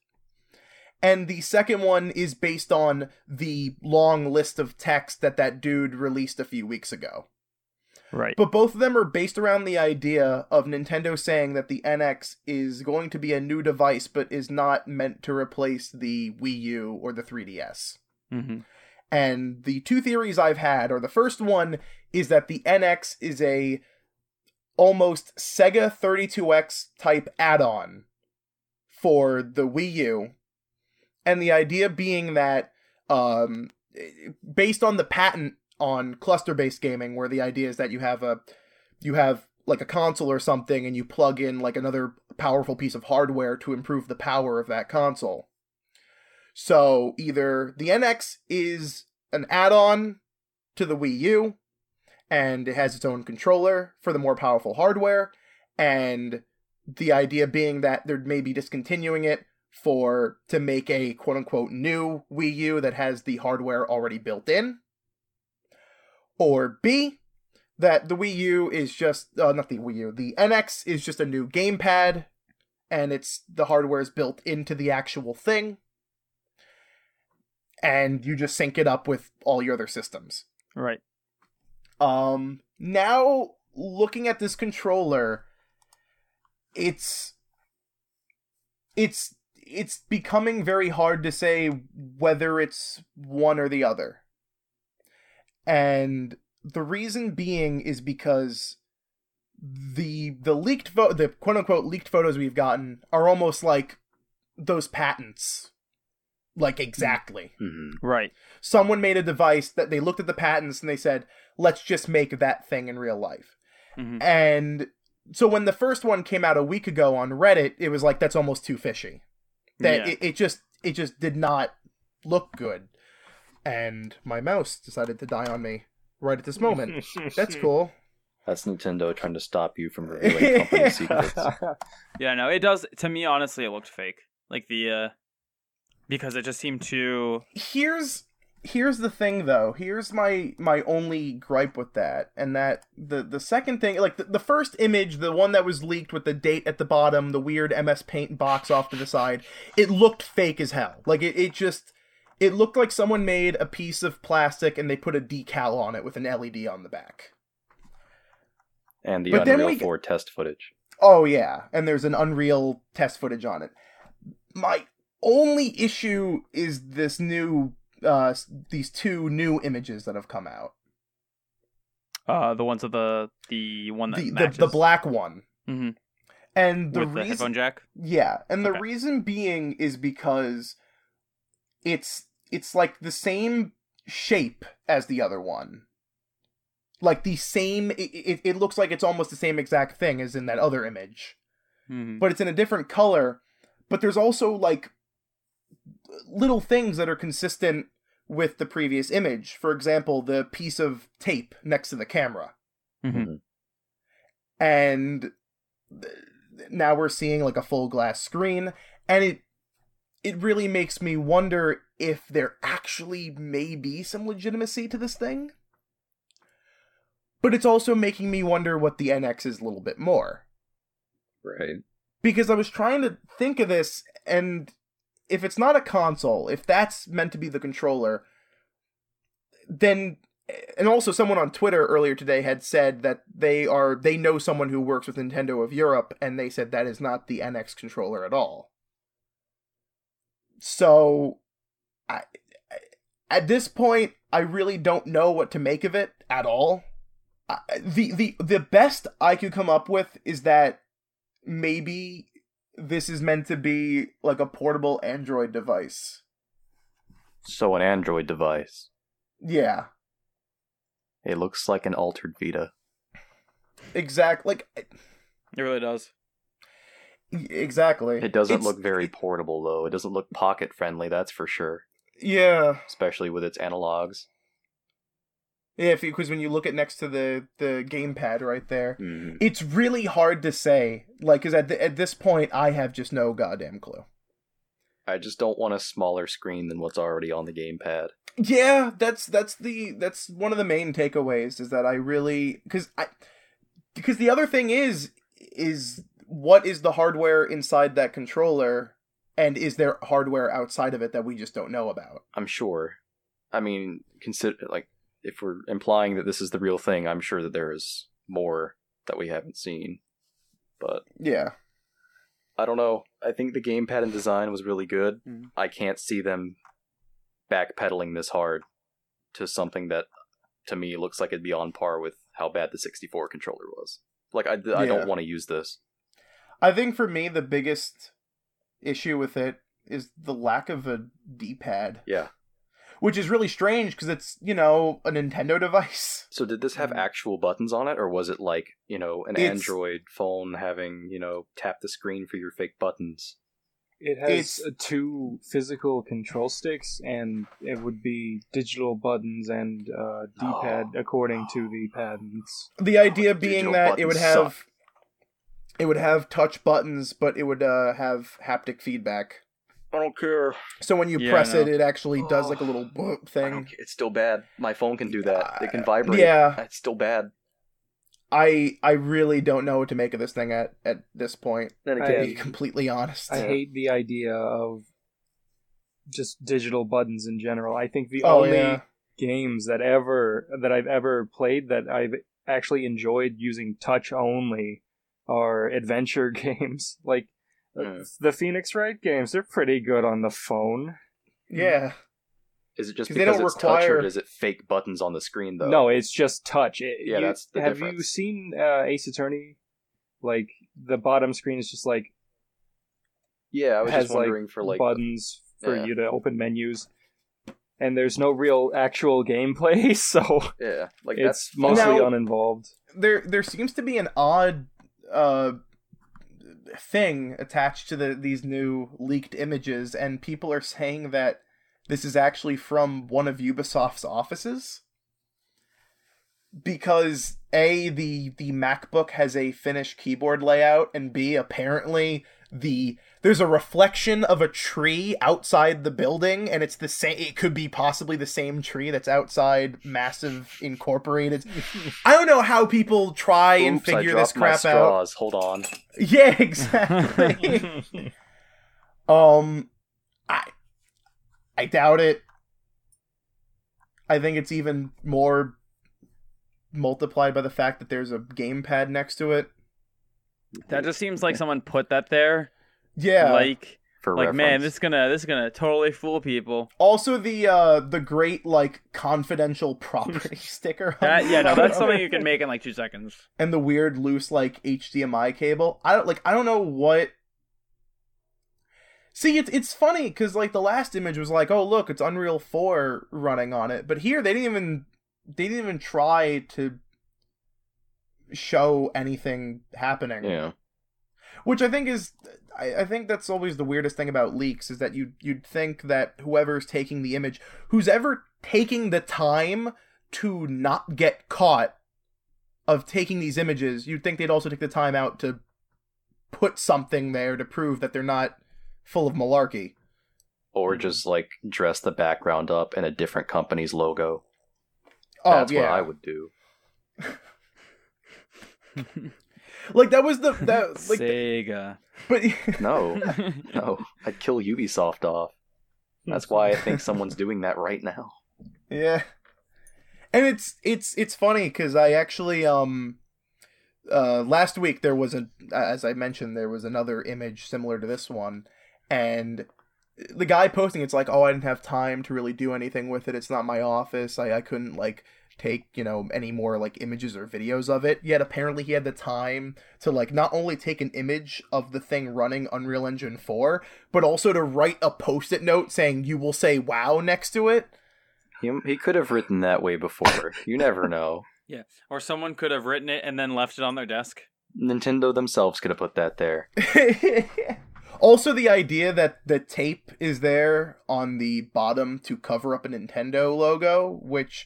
Speaker 3: And the second one is based on the long list of text that that dude released a few weeks ago.
Speaker 2: Right.
Speaker 3: But both of them are based around the idea of Nintendo saying that the NX is going to be a new device but is not meant to replace the Wii U or the 3DS.
Speaker 2: hmm
Speaker 3: And the two theories I've had are the first one is that the NX is a almost Sega 32X type add-on for the Wii U. And the idea being that um based on the patent on cluster-based gaming where the idea is that you have a you have like a console or something and you plug in like another powerful piece of hardware to improve the power of that console. So either the NX is an add-on to the Wii U, and it has its own controller for the more powerful hardware, and the idea being that they're maybe discontinuing it for to make a quote unquote new Wii U that has the hardware already built in. Or B, that the Wii U is just uh, not the Wii U, the NX is just a new gamepad, and it's the hardware is built into the actual thing and you just sync it up with all your other systems.
Speaker 2: Right.
Speaker 3: Um, now looking at this controller, it's it's it's becoming very hard to say whether it's one or the other. And the reason being is because the the leaked pho- the quote unquote leaked photos we've gotten are almost like those patents like exactly
Speaker 5: hmm
Speaker 2: Right.
Speaker 3: someone made a device that they looked at the patents and they said, let's just make that thing in real life.
Speaker 2: Mhm.
Speaker 3: And so when the first one came out a week ago on Reddit, it was like that's almost too fishy. That
Speaker 2: Yeah.
Speaker 3: it, it just it just did not look good. And my mouse decided to die on me right at this
Speaker 4: [laughs]
Speaker 3: moment. that's cool.
Speaker 5: That's Nintendo trying to stop you from revealing company secrets.
Speaker 2: Yeah, no, it does to me honestly it looked fake. Like the uh because it just seemed too
Speaker 3: here's here's the thing though here's my my only gripe with that and that the the second thing like the, the first image the one that was leaked with the date at the bottom the weird ms paint box off to the side it looked fake as hell like it, it just it looked like someone made a E piece of plastic and they put a decal on it with an led on the back
Speaker 5: and the
Speaker 3: But then
Speaker 5: Unreal
Speaker 3: we-
Speaker 5: 4 test footage.
Speaker 3: Oh yeah, and there's an Unreal test footage on it. My only issue is this new uh s- these two new images that have come out.
Speaker 2: Uh, the ones of the the one that
Speaker 3: The the,
Speaker 2: matches
Speaker 3: the black one.
Speaker 2: Mhm.
Speaker 3: And the
Speaker 2: with the
Speaker 3: reason
Speaker 2: headphone jack.
Speaker 3: Yeah, and the
Speaker 2: Okay.
Speaker 3: reason being is because it's it's like the same shape as the other one. Like the same it, it, it looks like it's almost the same exact thing as in that other image,
Speaker 2: Mhm.
Speaker 3: but it's in a different color, but there's also like little things that are consistent with the previous image. For example, the piece of tape next to the camera
Speaker 2: Mhm.
Speaker 3: and th- now we're seeing like a full glass screen and it it really makes me wonder if there actually may be some legitimacy to this thing but it's also making me wonder what the nx is a little bit more
Speaker 5: Right.
Speaker 3: because i was trying to think of this and if it's not a console if that's meant to be the controller then and also someone on Twitter earlier today had said that they are they know someone who works with Nintendo of Europe and they said that is not the NX controller at all. So I I- at this point I really don't know what to make of it at all. I, the the the best I could come up with is that maybe this is meant to be like a portable Android device.
Speaker 5: So an Android device.
Speaker 3: Yeah.
Speaker 5: It looks like an altered Vita.
Speaker 3: Exact like
Speaker 2: It really does.
Speaker 3: exactly.
Speaker 5: It doesn't
Speaker 3: It's-
Speaker 5: look very portable though. It doesn't look pocket friendly, that's for sure,
Speaker 3: Yeah.
Speaker 5: especially with its analogs.
Speaker 3: Yeah, because when you look at next to the the gamepad right there,
Speaker 5: Mm.
Speaker 3: it's really hard to say. Like, because at the, at this point, I have just no goddamn clue.
Speaker 5: I just don't want a smaller screen than what's already on the gamepad.
Speaker 3: Yeah, that's that's the that's one of the main takeaways is that I really because I because the other thing is is what is the hardware inside that controller, and is there hardware outside of it that we just don't know about?
Speaker 5: I'm sure. I mean, consider like if we're implying that this is the real thing, I'm sure that there is more that we haven't seen. But
Speaker 3: Yeah.
Speaker 5: I don't know. I think the gamepad and design was really good.
Speaker 3: Hmm.
Speaker 2: Mhm.
Speaker 5: I can't see them backpedaling this hard to something that to me looks like it'd be on par with how bad the 64 controller was. Like I, I
Speaker 3: Yeah.
Speaker 5: don't want to use this.
Speaker 3: I think for me the biggest issue with it is the lack of a D-pad,
Speaker 5: Yeah.
Speaker 3: which is really strange because it's you know a Nintendo [laughs] device.
Speaker 5: So did this have
Speaker 2: Mhm.
Speaker 5: actual buttons on it or was it like, you know, an
Speaker 3: Hmm. It's-
Speaker 5: Android phone having, you know, tap the screen for your fake buttons?
Speaker 4: It has
Speaker 3: It's-
Speaker 4: uh, two physical control sticks, and it would be digital buttons and uh, D-pad
Speaker 3: Oh.
Speaker 4: according to the patents.
Speaker 3: The idea being
Speaker 5: digital
Speaker 3: that it would
Speaker 5: buttons
Speaker 3: have
Speaker 5: suck.
Speaker 3: it would have touch buttons, but it would uh, have haptic feedback.
Speaker 5: I don't care.
Speaker 3: So when you
Speaker 2: Yeah, I
Speaker 3: press
Speaker 2: know.
Speaker 3: it, it actually does like a
Speaker 5: Oh, [sighs]
Speaker 3: little boop
Speaker 5: I don't
Speaker 3: thing. Uh,
Speaker 5: care. It's still bad. My phone can do that. It can vibrate.
Speaker 3: Yeah,
Speaker 5: It's still bad.
Speaker 3: I I really don't know what to make of this thing at at this point.
Speaker 5: Then
Speaker 4: I-
Speaker 3: To
Speaker 5: again,
Speaker 3: be completely honest,
Speaker 4: I hate the idea of just digital buttons in general. I think the
Speaker 3: oh
Speaker 4: only
Speaker 3: yeah,
Speaker 4: games that ever that I've ever played that I've actually enjoyed using touch only are adventure [laughs] games. Like uh,
Speaker 5: Mm.
Speaker 4: the Phoenix Wright games, they're pretty good on the phone.
Speaker 3: yeah.
Speaker 5: is it just
Speaker 3: 'cause they don't
Speaker 5: because it's touch
Speaker 3: require-
Speaker 5: or is it fake buttons on the screen though?
Speaker 4: No, it's just touch. It-
Speaker 5: Yeah,
Speaker 4: you-
Speaker 5: that's the
Speaker 4: Have you
Speaker 5: difference.
Speaker 4: seen uh, Ace Attorney? Like the bottom screen is just like
Speaker 5: Yeah, I was
Speaker 4: has
Speaker 5: just wondering
Speaker 4: like,
Speaker 5: for like
Speaker 4: buttons for
Speaker 5: yeah.
Speaker 4: you to open menus, and there's no real actual gameplay, [laughs] so
Speaker 5: yeah, like that's
Speaker 4: it's mostly
Speaker 3: Now-
Speaker 4: uninvolved.
Speaker 3: there there seems to be an odd uh thing attached to the these new leaked images and people are saying that this is actually from one of Ubisoft's offices because a the the MacBook has a finished keyboard layout and b apparently the there's a reflection of a tree outside the building and it's the same it could be possibly the same tree that's outside massive
Speaker 5: [laughs]
Speaker 3: incorporated i don't know how people try and
Speaker 5: Oops, I
Speaker 3: figure this
Speaker 5: dropped my
Speaker 3: crap out
Speaker 5: straws. Hold on.
Speaker 3: yeah, [laughs] exactly. um I I doubt it. I think it's even more multiplied by the fact that there's a gamepad next to it.
Speaker 2: That just seems like someone put that there.
Speaker 3: Yeah.
Speaker 2: Like,
Speaker 5: for
Speaker 2: like man,
Speaker 5: reference.
Speaker 2: this is gonna this is gonna totally fool
Speaker 3: [laughs]
Speaker 2: people.
Speaker 3: also the uh the great like confidential property [laughs] sticker. on
Speaker 2: That,
Speaker 3: the
Speaker 2: yeah, no,
Speaker 3: front
Speaker 2: that's
Speaker 3: of
Speaker 2: something
Speaker 3: it.
Speaker 2: you
Speaker 3: [laughs]
Speaker 2: can make in like two seconds.
Speaker 3: And the weird loose like HDMI cable. I don't like. I don't know what. See, it's it's funny because like the last image was like, oh look, it's Unreal Four running on it, but here they didn't even they didn't even try to show anything happening.
Speaker 5: yeah,
Speaker 3: which I think is I, I think that's always the weirdest thing about leaks is that you you'd think that whoever's taking the image, who's ever taking the time to not get caught of taking these images, you'd think they'd also take the time out to put something there to prove that they're not full of malarkey.
Speaker 5: or just like dress the background up in a different company's logo.
Speaker 3: Oh
Speaker 5: That's
Speaker 3: yeah,
Speaker 5: what I would do.
Speaker 3: like that was the
Speaker 5: [laughs]
Speaker 3: that like
Speaker 2: Sega.
Speaker 3: but [laughs]
Speaker 5: No, no, I'd kill Ubisoft off. That's why I think someone's doing that right now.
Speaker 3: Yeah. And it's it's it's funny cuz I actually um uh last week there was a as I mentioned there was another image similar to this one and the guy posting it's like oh I didn't have time to really do anything with it it's not my office I I couldn't like take you know any more like images or videos of it yet apparently he had the time to like not only take an image of the thing running Unreal Engine 4 but also to write a post-it note saying you will say wow next to it
Speaker 5: He, he could have written that way before. You never know.
Speaker 2: Or someone could have written it and then left it on their desk.
Speaker 5: Nintendo themselves could have put that there.
Speaker 3: [laughs] also, the idea that the tape is there on the bottom to cover up a Nintendo logo, which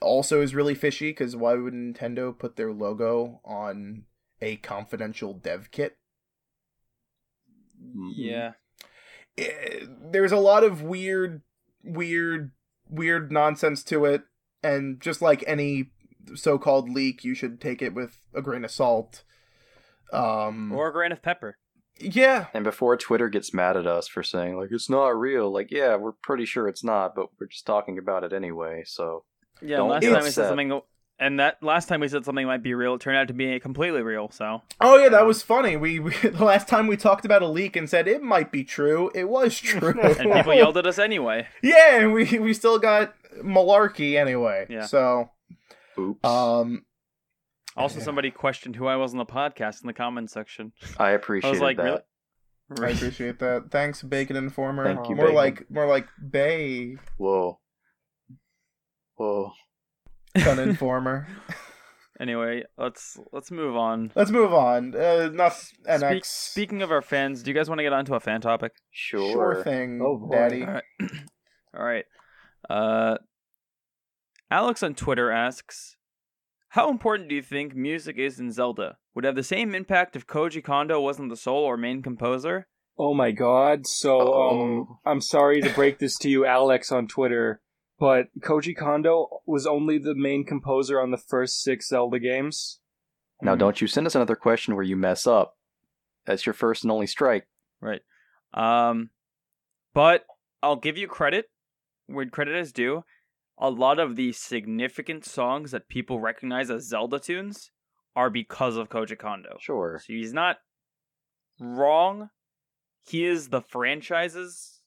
Speaker 3: also is really fishy because why would Nintendo put their logo on a confidential dev kit?
Speaker 5: Mm-hmm.
Speaker 2: Yeah.
Speaker 3: Eh, There's a lot of weird, weird, weird nonsense to it, and just like any so-called leak, you should take it with a grain of salt. Um,
Speaker 2: Or a grain of pepper.
Speaker 3: yeah,
Speaker 5: And before Twitter gets mad at us for saying like it's not real, like yeah, we're pretty sure it's not, but we're just talking about it anyway. So
Speaker 2: Yeah,
Speaker 5: Don't
Speaker 2: last
Speaker 5: get
Speaker 2: time we said
Speaker 5: upset.
Speaker 2: something and that last time we said something might be real, it turned out to be completely real,
Speaker 5: [laughs]
Speaker 2: so
Speaker 3: Oh yeah,
Speaker 2: Um,
Speaker 3: that was funny. We, [laughs] we the last time we talked about a leak and said it might be true, it
Speaker 2: [laughs]
Speaker 3: was true.
Speaker 2: and people yelled at us anyway.
Speaker 3: Yeah, and we we still got malarkey anyway.
Speaker 2: Yeah.
Speaker 3: So,
Speaker 5: oops.
Speaker 2: Uh,
Speaker 3: um,
Speaker 2: Also
Speaker 3: Yeah.
Speaker 2: somebody questioned who I was on the podcast in the comment section.
Speaker 5: I
Speaker 2: I
Speaker 5: appreciate
Speaker 2: was like,
Speaker 5: that.
Speaker 2: really?
Speaker 3: I appreciate that. Thanks, Bacon Informer.
Speaker 5: Thank you,
Speaker 3: more
Speaker 5: Bacon.
Speaker 3: like more like Bay
Speaker 5: Whoa. Whoa.
Speaker 3: Gun Informer.
Speaker 2: [laughs] Anyway, let's let's move on.
Speaker 3: Let's move on. Uh, not NX.
Speaker 2: Speak- speaking of our fans, do you guys want to get onto a fan topic?
Speaker 5: Sure.
Speaker 3: thing,
Speaker 4: Oh, boy.
Speaker 3: Daddy.
Speaker 2: All right. [clears throat] All right. Uh, Alex on Twitter asks, "How important do you think music is in Zelda? Would it have the same impact if Koji Kondo wasn't the sole or main composer?"
Speaker 4: Oh my god. So um
Speaker 5: Uh-oh.
Speaker 4: I'm sorry to break this to you [laughs] Alex on Twitter, but Koji Kondo was only the main composer on the first 6 Zelda games.
Speaker 5: Now, don't you send us another question where you mess up. That's your first and only strike.
Speaker 2: Right. Um, but I'll give you credit where credit is due. A lot of the significant songs that people recognize as Zelda tunes are because of Koji Kondo.
Speaker 5: Sure.
Speaker 2: So he's not wrong. He is the franchise's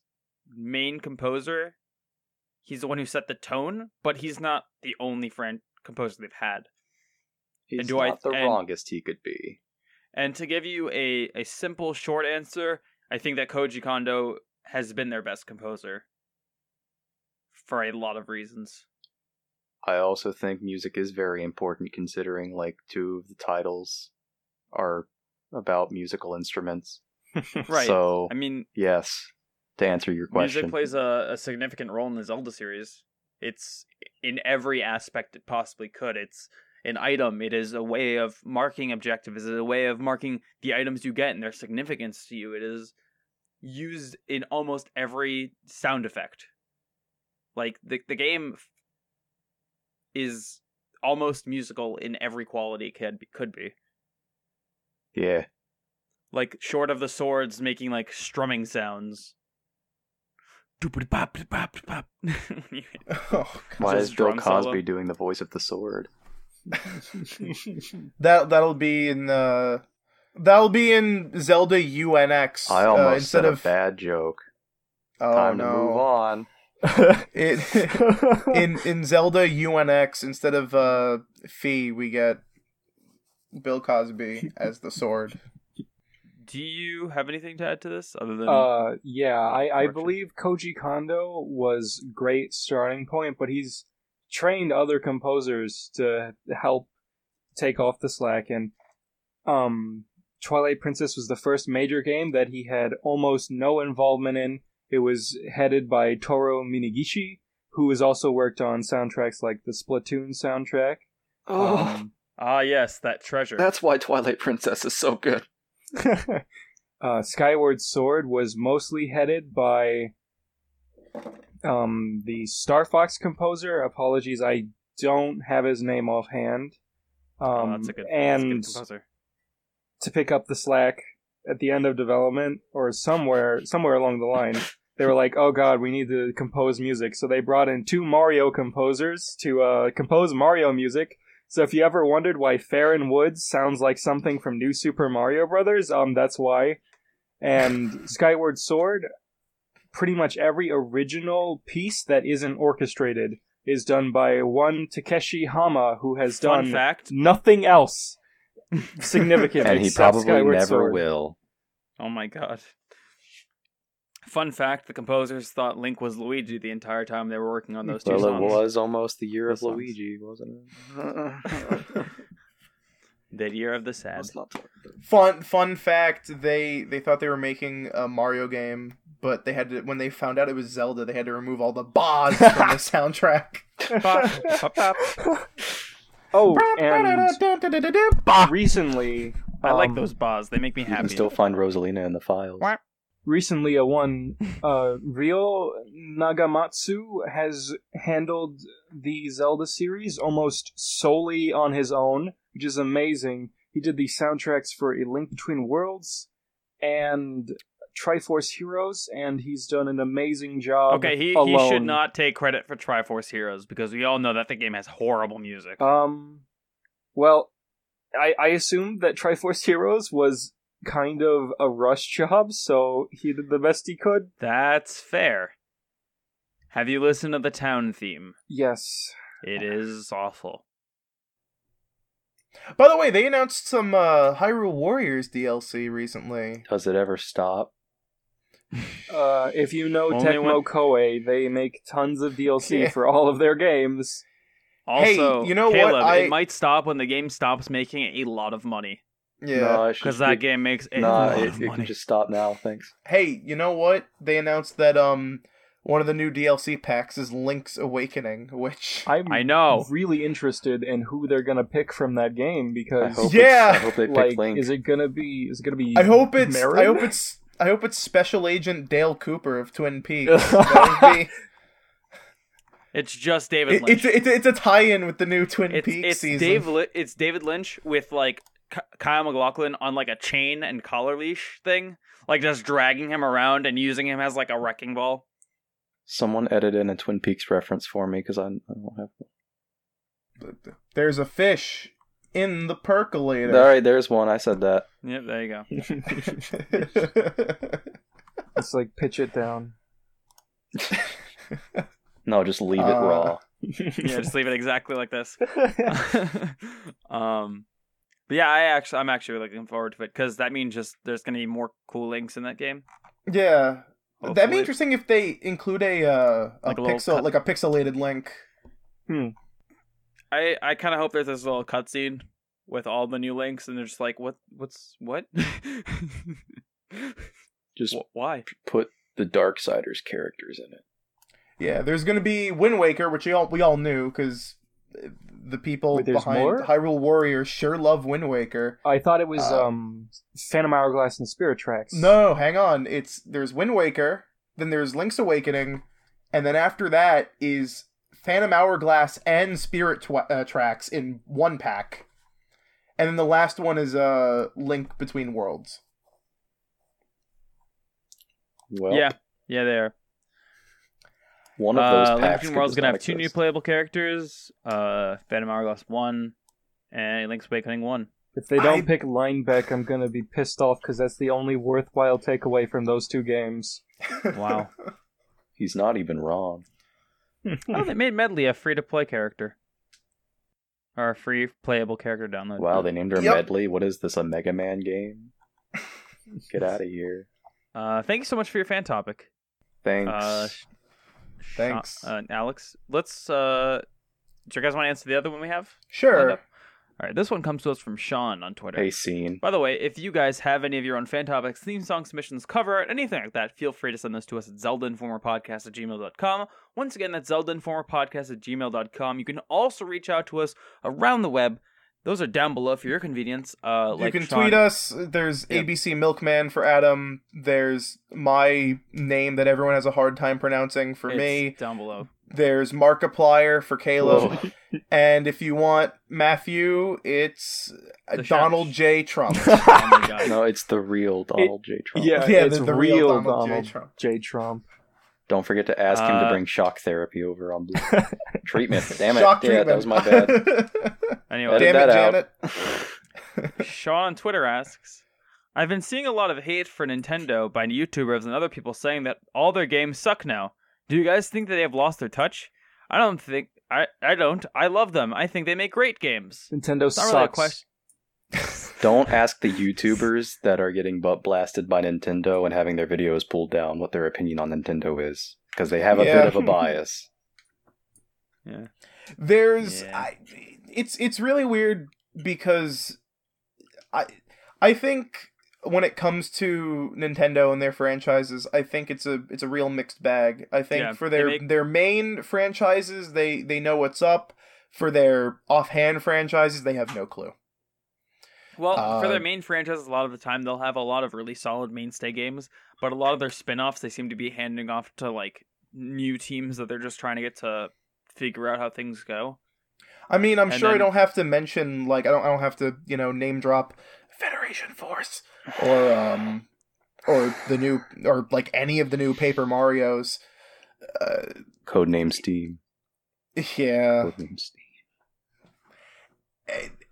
Speaker 2: main composer. He's the one who set the tone, but he's not the only fran- composer they've had.
Speaker 5: He's
Speaker 2: do I-
Speaker 5: not the
Speaker 2: and-
Speaker 5: wrongest he could be.
Speaker 2: And to give you a, a simple, short answer, I think that Koji Kondo has been their best composer for a lot of reasons.
Speaker 5: I also think music is very important considering, like, two of the titles are about musical instruments.
Speaker 2: [laughs] Right.
Speaker 5: So,
Speaker 2: I mean,
Speaker 5: yes, to answer your question.
Speaker 2: music plays a, a significant role in the Zelda series. It's in every aspect it possibly could. It's an item. It is a way of marking objectives. It is a way of marking the items you get and their significance to you. It is used in almost every sound effect. Like the the game f- is almost musical in every quality it could be, could be.
Speaker 5: yeah.
Speaker 2: Like short of the swords making like strumming sounds.
Speaker 3: Oh,
Speaker 5: Why
Speaker 2: Just
Speaker 5: is Bill
Speaker 2: drum solo.
Speaker 3: [laughs] Oh,
Speaker 5: Cosby doing the voice of the sword?
Speaker 3: That that'll be in uh that'll be in Zelda UNX
Speaker 5: I
Speaker 3: uh,
Speaker 5: almost
Speaker 3: instead
Speaker 5: said
Speaker 3: of
Speaker 5: a bad joke.
Speaker 3: oh
Speaker 5: Time
Speaker 3: no
Speaker 5: to move on.
Speaker 3: It, in in Zelda UNX instead of uh Fee we get Bill Cosby as the sword.
Speaker 2: Do you have anything to add to this other than um,
Speaker 4: Uh, yeah, I, I
Speaker 2: Correction.
Speaker 4: believe Koji Kondo was great starting point, but he's trained other composers to help take off the slack. And um, Twilight Princess was the first major game that he had almost no involvement in. It was headed by Toro Minigishi, who has also worked on soundtracks like the Splatoon soundtrack.
Speaker 5: Oh,
Speaker 4: Um,
Speaker 2: ah yes, that treasure?
Speaker 5: that's why Twilight Princess is so good.
Speaker 4: [laughs] uh, Skyward Sword was mostly headed by um, the Star Fox composer. Apologies, I don't have his name offhand. Um,
Speaker 2: Oh, that's a good, that's a good
Speaker 4: and
Speaker 2: composer.
Speaker 4: to pick up the slack at the end of development or somewhere somewhere along the line. They were like, "Oh God, we need to compose music," so they brought in two Mario composers to uh, compose Mario music. So if you ever wondered why Farron Woods sounds like something from New Super Mario Brothers, um, that's why. And Skyward Sword, pretty much every original piece that isn't orchestrated is done by one Takeshi Hama, who has
Speaker 2: Fun
Speaker 4: done
Speaker 2: fact.
Speaker 4: nothing else
Speaker 5: [laughs]
Speaker 4: significant.
Speaker 5: And he
Speaker 4: except
Speaker 5: probably
Speaker 4: Skyward
Speaker 5: never
Speaker 4: Sword.
Speaker 5: will.
Speaker 2: Oh my god. Fun fact: the composers thought Link was Luigi the entire time they were working on those two
Speaker 5: Well, it
Speaker 2: songs.
Speaker 5: was almost the year
Speaker 2: Those
Speaker 5: of
Speaker 2: songs.
Speaker 5: Luigi, wasn't it?
Speaker 3: [laughs]
Speaker 2: The year of the
Speaker 5: [laughs]
Speaker 2: sad.
Speaker 5: Let's not talk
Speaker 3: Fun fun fact, they they thought they were making a Mario game, but they had to when they found out it was Zelda, they had to remove all the bahs from the soundtrack.
Speaker 4: [laughs] Oh, and
Speaker 3: Bah!
Speaker 4: recently,
Speaker 2: I like
Speaker 4: um,
Speaker 2: those bars; they make me
Speaker 5: You can
Speaker 2: happy.
Speaker 5: still find Rosalina in the files.
Speaker 2: What?
Speaker 4: Recently, a one, uh, Ryo Nagamatsu has handled the Zelda series almost solely on his own, which is amazing. He did the soundtracks for A Link Between Worlds and Triforce Heroes, and he's done an amazing
Speaker 3: Um,
Speaker 4: job.
Speaker 2: Okay, he, he
Speaker 4: alone.
Speaker 2: should not take credit for Triforce Heroes because we all know that the game has horrible music.
Speaker 3: Uh,
Speaker 4: Um, well, I I assumed that Triforce Heroes was kind of a rush job, so he did the best he could.
Speaker 2: That's fair. Have you listened to the town theme?
Speaker 4: Yes.
Speaker 2: It is awful.
Speaker 3: By the way, they announced some uh, Hyrule Warriors DLC recently.
Speaker 5: Does it ever stop?
Speaker 4: Uh, if you know
Speaker 2: Only
Speaker 4: Tecmo
Speaker 2: when-
Speaker 4: Koei, they make tons of DLC
Speaker 3: [laughs] Yeah.
Speaker 4: for all of their games.
Speaker 3: Hey,
Speaker 2: Also,
Speaker 3: you know what?
Speaker 2: Caleb,
Speaker 3: I-
Speaker 2: it might stop when the game stops making a lot of money
Speaker 3: Yeah.
Speaker 5: No, it should
Speaker 2: because
Speaker 5: just
Speaker 2: that
Speaker 5: be-
Speaker 2: game makes a
Speaker 5: Nah,
Speaker 2: lot
Speaker 5: it,
Speaker 2: of
Speaker 5: it
Speaker 2: money.
Speaker 5: can just stop now. Thanks.
Speaker 3: Hey, you know what? They announced that um one of the new DLC packs is Link's Awakening, which
Speaker 4: I'm
Speaker 2: I
Speaker 3: [laughs]
Speaker 2: know.
Speaker 4: really interested in who they're gonna pick from that game
Speaker 5: I
Speaker 4: because,
Speaker 5: hope
Speaker 3: Yeah!
Speaker 5: it's- I hope they pick
Speaker 4: like,
Speaker 5: Link.
Speaker 4: is it gonna be? Is it gonna be?
Speaker 3: I hope it's
Speaker 4: Marin?
Speaker 3: I hope it's I hope it's Special Agent Dale Cooper of Twin
Speaker 2: [laughs]
Speaker 3: Peaks. That would be-
Speaker 2: It's just David
Speaker 3: it,
Speaker 2: Lynch.
Speaker 3: it's, it's it's a tie-in with the new Twin
Speaker 2: it's,
Speaker 3: Peaks
Speaker 2: it's
Speaker 3: season.
Speaker 2: Dave Li- it's David Lynch with like Ky- Kyle McLaughlin on like a chain and collar leash thing, like just dragging him around and using him as like a wrecking ball.
Speaker 5: Someone edit in a Twin Peaks reference for me because I, I don't have.
Speaker 3: There's a fish in the percolator.
Speaker 5: All right, there's one. I said that.
Speaker 2: Yep, there you
Speaker 5: [laughs]
Speaker 2: go.
Speaker 4: It's like pitch it down.
Speaker 5: No, just leave it
Speaker 3: Uh,
Speaker 5: raw.
Speaker 2: Yeah, just leave it exactly like this. [laughs] um, but yeah, I actually I'm actually looking forward to it because that means just there's gonna be more cool links in that game.
Speaker 3: [laughs] yeah. That'd be
Speaker 2: Hopefully.
Speaker 3: interesting if they include a uh, a
Speaker 2: Like a little
Speaker 3: pixel
Speaker 2: cut-
Speaker 3: like a pixelated link.
Speaker 2: I I kind of hope there's this little cutscene with all the new links and they're just like what what's what. [laughs]
Speaker 5: Just
Speaker 2: Wh- Why?
Speaker 5: put the Darksiders characters in it.
Speaker 3: Yeah, there's gonna be Wind Waker, which we all we all knew because the people
Speaker 4: Wait, there's
Speaker 3: behind
Speaker 4: more?
Speaker 3: Hyrule Warriors sure love Wind Waker.
Speaker 4: I thought it was
Speaker 3: Uh,
Speaker 4: um Phantom Hourglass and Spirit Tracks.
Speaker 3: No, hang on. It's there's Wind Waker, then there's Link's Awakening, and then after that is Phantom Hourglass and Spirit tw- uh, Tracks in one pack, and then the last one is uh Link Between Worlds.
Speaker 5: Well,
Speaker 2: Yeah, yeah, they are.
Speaker 5: one of those
Speaker 2: Uh,
Speaker 5: packs.
Speaker 2: Lincoln World's
Speaker 5: could
Speaker 2: Uh, gonna have
Speaker 5: just
Speaker 2: two
Speaker 5: not
Speaker 2: new
Speaker 5: exist.
Speaker 2: playable characters. Uh, Phantom Hourglass one, and he links Awakening
Speaker 5: [laughs]
Speaker 2: one.
Speaker 4: If they
Speaker 3: I-
Speaker 4: don't pick Lineback, I'm gonna be pissed off because that's the only worthwhile takeaway from those two games.
Speaker 2: Wow.
Speaker 5: He's not even wrong.
Speaker 2: oh, they made Medley a free to play character. Or a free playable character download.
Speaker 5: Wow, they named her
Speaker 3: Yep.
Speaker 5: Medley. What is this, a Mega Man game? Get out of here.
Speaker 2: Uh, thank you so much for your fan topic.
Speaker 5: Thanks.
Speaker 2: Uh, sh- sh-
Speaker 3: Thanks.
Speaker 2: Uh, Alex, let's. Uh, do you guys want to answer the other one we have?
Speaker 3: sure.
Speaker 2: All right, this one comes to us from Sean on Twitter.
Speaker 5: hey, scene.
Speaker 2: By the way, if you guys have any of your own fan topics, theme song submissions, cover art, anything like that, feel free to send those to us at zeldinformerpodcast at gmail.com. Once again, that's zeldinformerpodcast at gmail.com. You can also reach out to us around the web. Those are down below for your convenience. Uh, like
Speaker 3: you can
Speaker 2: Sean-
Speaker 3: tweet us. There's
Speaker 2: Yep.
Speaker 3: ABC Milkman for Adam. There's my name that everyone has a hard time pronouncing for
Speaker 2: It's Oh.
Speaker 3: me.
Speaker 2: down
Speaker 3: [laughs]
Speaker 2: below.
Speaker 3: There's Markiplier for Caleb.
Speaker 5: Whoa.
Speaker 3: And if you want Matthew, it's uh,
Speaker 2: The
Speaker 3: Donald
Speaker 2: Shack.
Speaker 3: J. Trump.
Speaker 2: [laughs] Oh my god.
Speaker 5: No, it's the real Donald J. Trump.
Speaker 4: Yeah,
Speaker 3: [laughs] Yeah,
Speaker 4: it's
Speaker 3: the- the real
Speaker 4: real
Speaker 3: Donald
Speaker 4: Donald,
Speaker 3: J. Trump.
Speaker 4: J. Trump.
Speaker 5: Don't forget to ask him
Speaker 2: Uh,
Speaker 5: to bring shock therapy over on Blue.
Speaker 3: [laughs]
Speaker 5: treatment. Damn it.
Speaker 3: Shock
Speaker 5: yeah, that was my bad.
Speaker 3: treatment.
Speaker 5: [laughs]
Speaker 2: Anyway,
Speaker 5: Edit
Speaker 3: Damn
Speaker 5: that
Speaker 3: it,
Speaker 5: out.
Speaker 3: Janet. [laughs]
Speaker 2: Sean on Twitter asks, I've been seeing a lot of hate for Nintendo by YouTubers and other people saying that all their games suck now. Do you guys think that they have lost their touch? I don't think I I don't. I love them. I think they make great games.
Speaker 4: Nintendo
Speaker 2: It's not
Speaker 4: sucks.
Speaker 2: really a
Speaker 4: [laughs]
Speaker 2: question.
Speaker 5: Don't ask the YouTubers that are getting butt blasted by Nintendo and having their videos pulled down what their opinion on Nintendo is. Because they have a
Speaker 3: Yeah. [laughs]
Speaker 5: bit of a bias.
Speaker 3: There's
Speaker 2: Yeah.
Speaker 3: I, it's it's really weird because I I think when it comes to Nintendo and their franchises, I think it's a it's a real mixed bag. I think
Speaker 2: Yeah,
Speaker 3: for
Speaker 2: they
Speaker 3: their
Speaker 2: make-
Speaker 3: their main franchises, they they know what's up. For their offhand franchises, they have no clue.
Speaker 2: Well, for
Speaker 3: Uh,
Speaker 2: their main franchises, a lot of the time they'll have a lot of really solid mainstay games, but a lot of their spin-offs they seem to be handing off to like new teams that they're just trying to get to figure out how things
Speaker 3: [laughs]
Speaker 2: go.
Speaker 3: I mean, I'm
Speaker 2: And
Speaker 3: sure I
Speaker 2: then-
Speaker 3: don't have to mention like I don't I don't have to you know name drop Federation Force or um or the new or like any of the new Paper Mario's. Uh,
Speaker 5: Codename Steam.
Speaker 3: yeah,
Speaker 5: Codename Steam.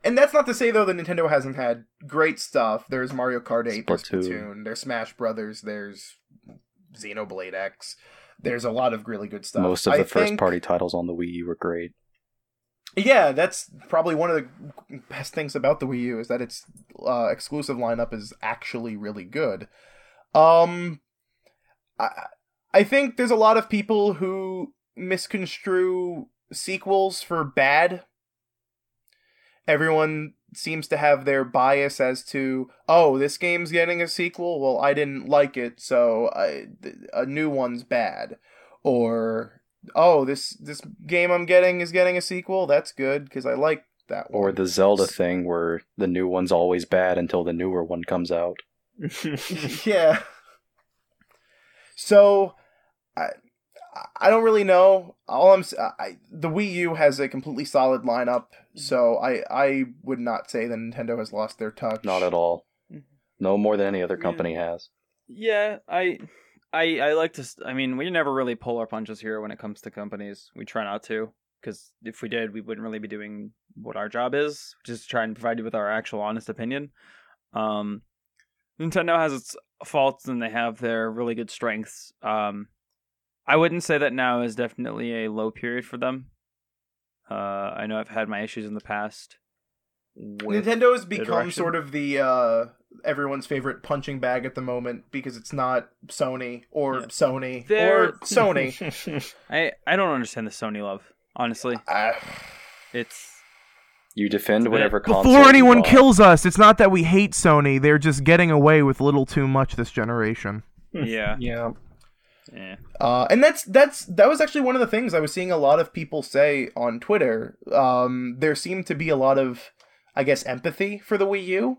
Speaker 3: and that's not to say though that Nintendo hasn't had great stuff. There's Mario Kart 8, there's
Speaker 5: Splatoon.
Speaker 3: Splatoon, there's Smash Brothers, there's Xenoblade X. There's a lot of really good stuff.
Speaker 5: Most of the
Speaker 3: I
Speaker 5: first
Speaker 3: think-
Speaker 5: party titles on the Wii U were great.
Speaker 3: Yeah, that's probably one of the best things about the Wii U is that its uh, exclusive lineup is actually really good. Um, I I think there's a lot of people who misconstrue sequels for bad. Everyone seems to have their bias as to oh this game's getting a sequel well I didn't like it so I, th- a new one's bad or oh this this game i'm getting is getting a sequel that's good because i like that one
Speaker 5: Or the Zelda thing where the new one's always bad until the newer one comes out.
Speaker 3: [laughs] yeah so i i don't really know all i'm s- I, the wii u has a completely solid lineup
Speaker 2: Mm-hmm.
Speaker 3: so i i would not say that nintendo has lost their touch
Speaker 5: Not at all.
Speaker 2: Mhm.
Speaker 5: No more than any other
Speaker 2: Yeah.
Speaker 5: company has.
Speaker 2: Yeah, I, I, I like to. s- I mean, we never really pull our punches here when it comes to companies. We try not to, because if we did, we wouldn't really be doing what our job is, which is to try and provide you with our actual honest opinion. Um, Nintendo has its faults and they have their really good strengths. Um, I wouldn't say that now is definitely a low period for them. Uh, I know I've had my issues in the past. with-
Speaker 3: Nintendo has
Speaker 2: their
Speaker 3: become
Speaker 2: direction.
Speaker 3: sort of the uh, everyone's favorite punching bag at the moment because it's not Sony or
Speaker 2: Yeah.
Speaker 3: Sony
Speaker 2: They're-
Speaker 3: or Sony.
Speaker 2: [laughs]
Speaker 3: [laughs]
Speaker 2: I I don't understand the Sony love. Honestly,
Speaker 3: Ah.
Speaker 2: it's
Speaker 5: You defend whatever console.
Speaker 3: Before
Speaker 5: you
Speaker 3: anyone
Speaker 5: bought.
Speaker 3: kills us, it's not that we hate Sony. They're just getting away with a little too much this generation.
Speaker 2: yeah,
Speaker 4: yeah.
Speaker 2: yeah.
Speaker 3: Uh, and that's that's that was actually one of the things I was seeing a lot of people say on Twitter. Um, there seemed to be a lot of, I guess, empathy for the Wii U,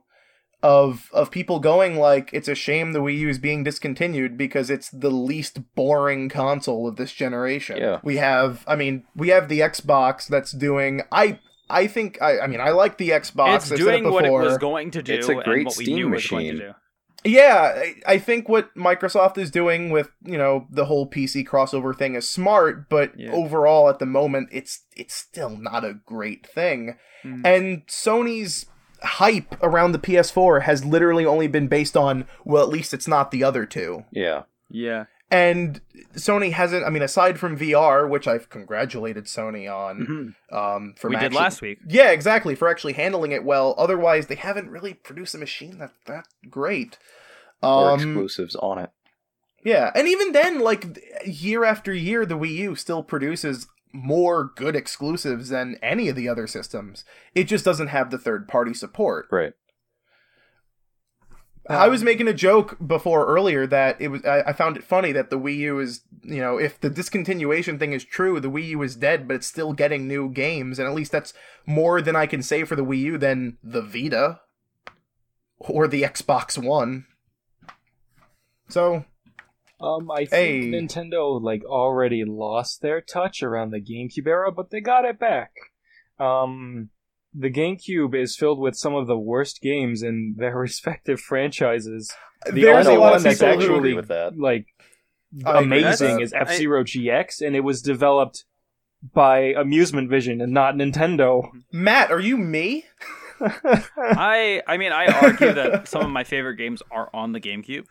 Speaker 3: of of people going like, it's a shame the Wii U is being discontinued because it's the least boring console of this generation.
Speaker 5: Yeah.
Speaker 3: we have, I mean, we have the Xbox that's doing. I I think I I mean I like the Xbox.
Speaker 2: It's
Speaker 3: I've said
Speaker 2: doing what it
Speaker 3: before.
Speaker 2: was going to do.
Speaker 5: It's a
Speaker 2: and
Speaker 5: great
Speaker 2: what we
Speaker 5: Steam
Speaker 2: knew it was going to
Speaker 5: machine.
Speaker 2: do.
Speaker 3: Yeah, I- I think what Microsoft is doing with you know the whole PC crossover thing is smart, but
Speaker 2: Yeah.
Speaker 3: overall at the moment it's it's still not a great thing.
Speaker 2: Mm.
Speaker 3: And Sony's hype around the PS4 has literally only been based on well, at least it's not the other two.
Speaker 5: Yeah.
Speaker 2: Yeah.
Speaker 3: And Sony hasn't. I mean, aside from VR, which I've congratulated Sony on
Speaker 4: Mhm.
Speaker 3: um, for
Speaker 2: Mm-hmm. We did
Speaker 3: actually-
Speaker 2: last
Speaker 3: [laughs]
Speaker 2: week.
Speaker 3: Yeah, exactly. For actually handling it well. Otherwise, they haven't really produced a machine that that great.
Speaker 5: Or
Speaker 3: Um,
Speaker 5: exclusives on it.
Speaker 3: yeah, and even then, like th- year after year, the Wii U still produces more good exclusives than any of the other systems. It just doesn't have the third party support.
Speaker 5: Right.
Speaker 3: I
Speaker 4: Um,
Speaker 3: was making a joke before earlier that it was. I, I found it funny that the Wii U is, you know, if the discontinuation thing is true, the Wii U is dead, but it's still getting new games, and at least that's more than I can say for the Wii U than the Vita or the Xbox One. So
Speaker 4: Um, I think
Speaker 3: Hey.
Speaker 4: Nintendo like already lost their touch around the GameCube era, but they got it back. Um, the GameCube is filled with some of the worst games in their [laughs] respective franchises. The
Speaker 3: there's
Speaker 4: only
Speaker 3: a lot
Speaker 4: one
Speaker 3: of
Speaker 4: that's
Speaker 3: people who-
Speaker 5: actually
Speaker 4: actually
Speaker 5: with that.
Speaker 4: like
Speaker 3: I agree with
Speaker 4: amazing
Speaker 3: that.
Speaker 4: is F Zero GX, and it was developed by Amusement Vision and not Nintendo.
Speaker 2: Mm-hmm.
Speaker 3: Matt, are you me?
Speaker 2: I I mean I argue that some of my favorite games are on the GameCube.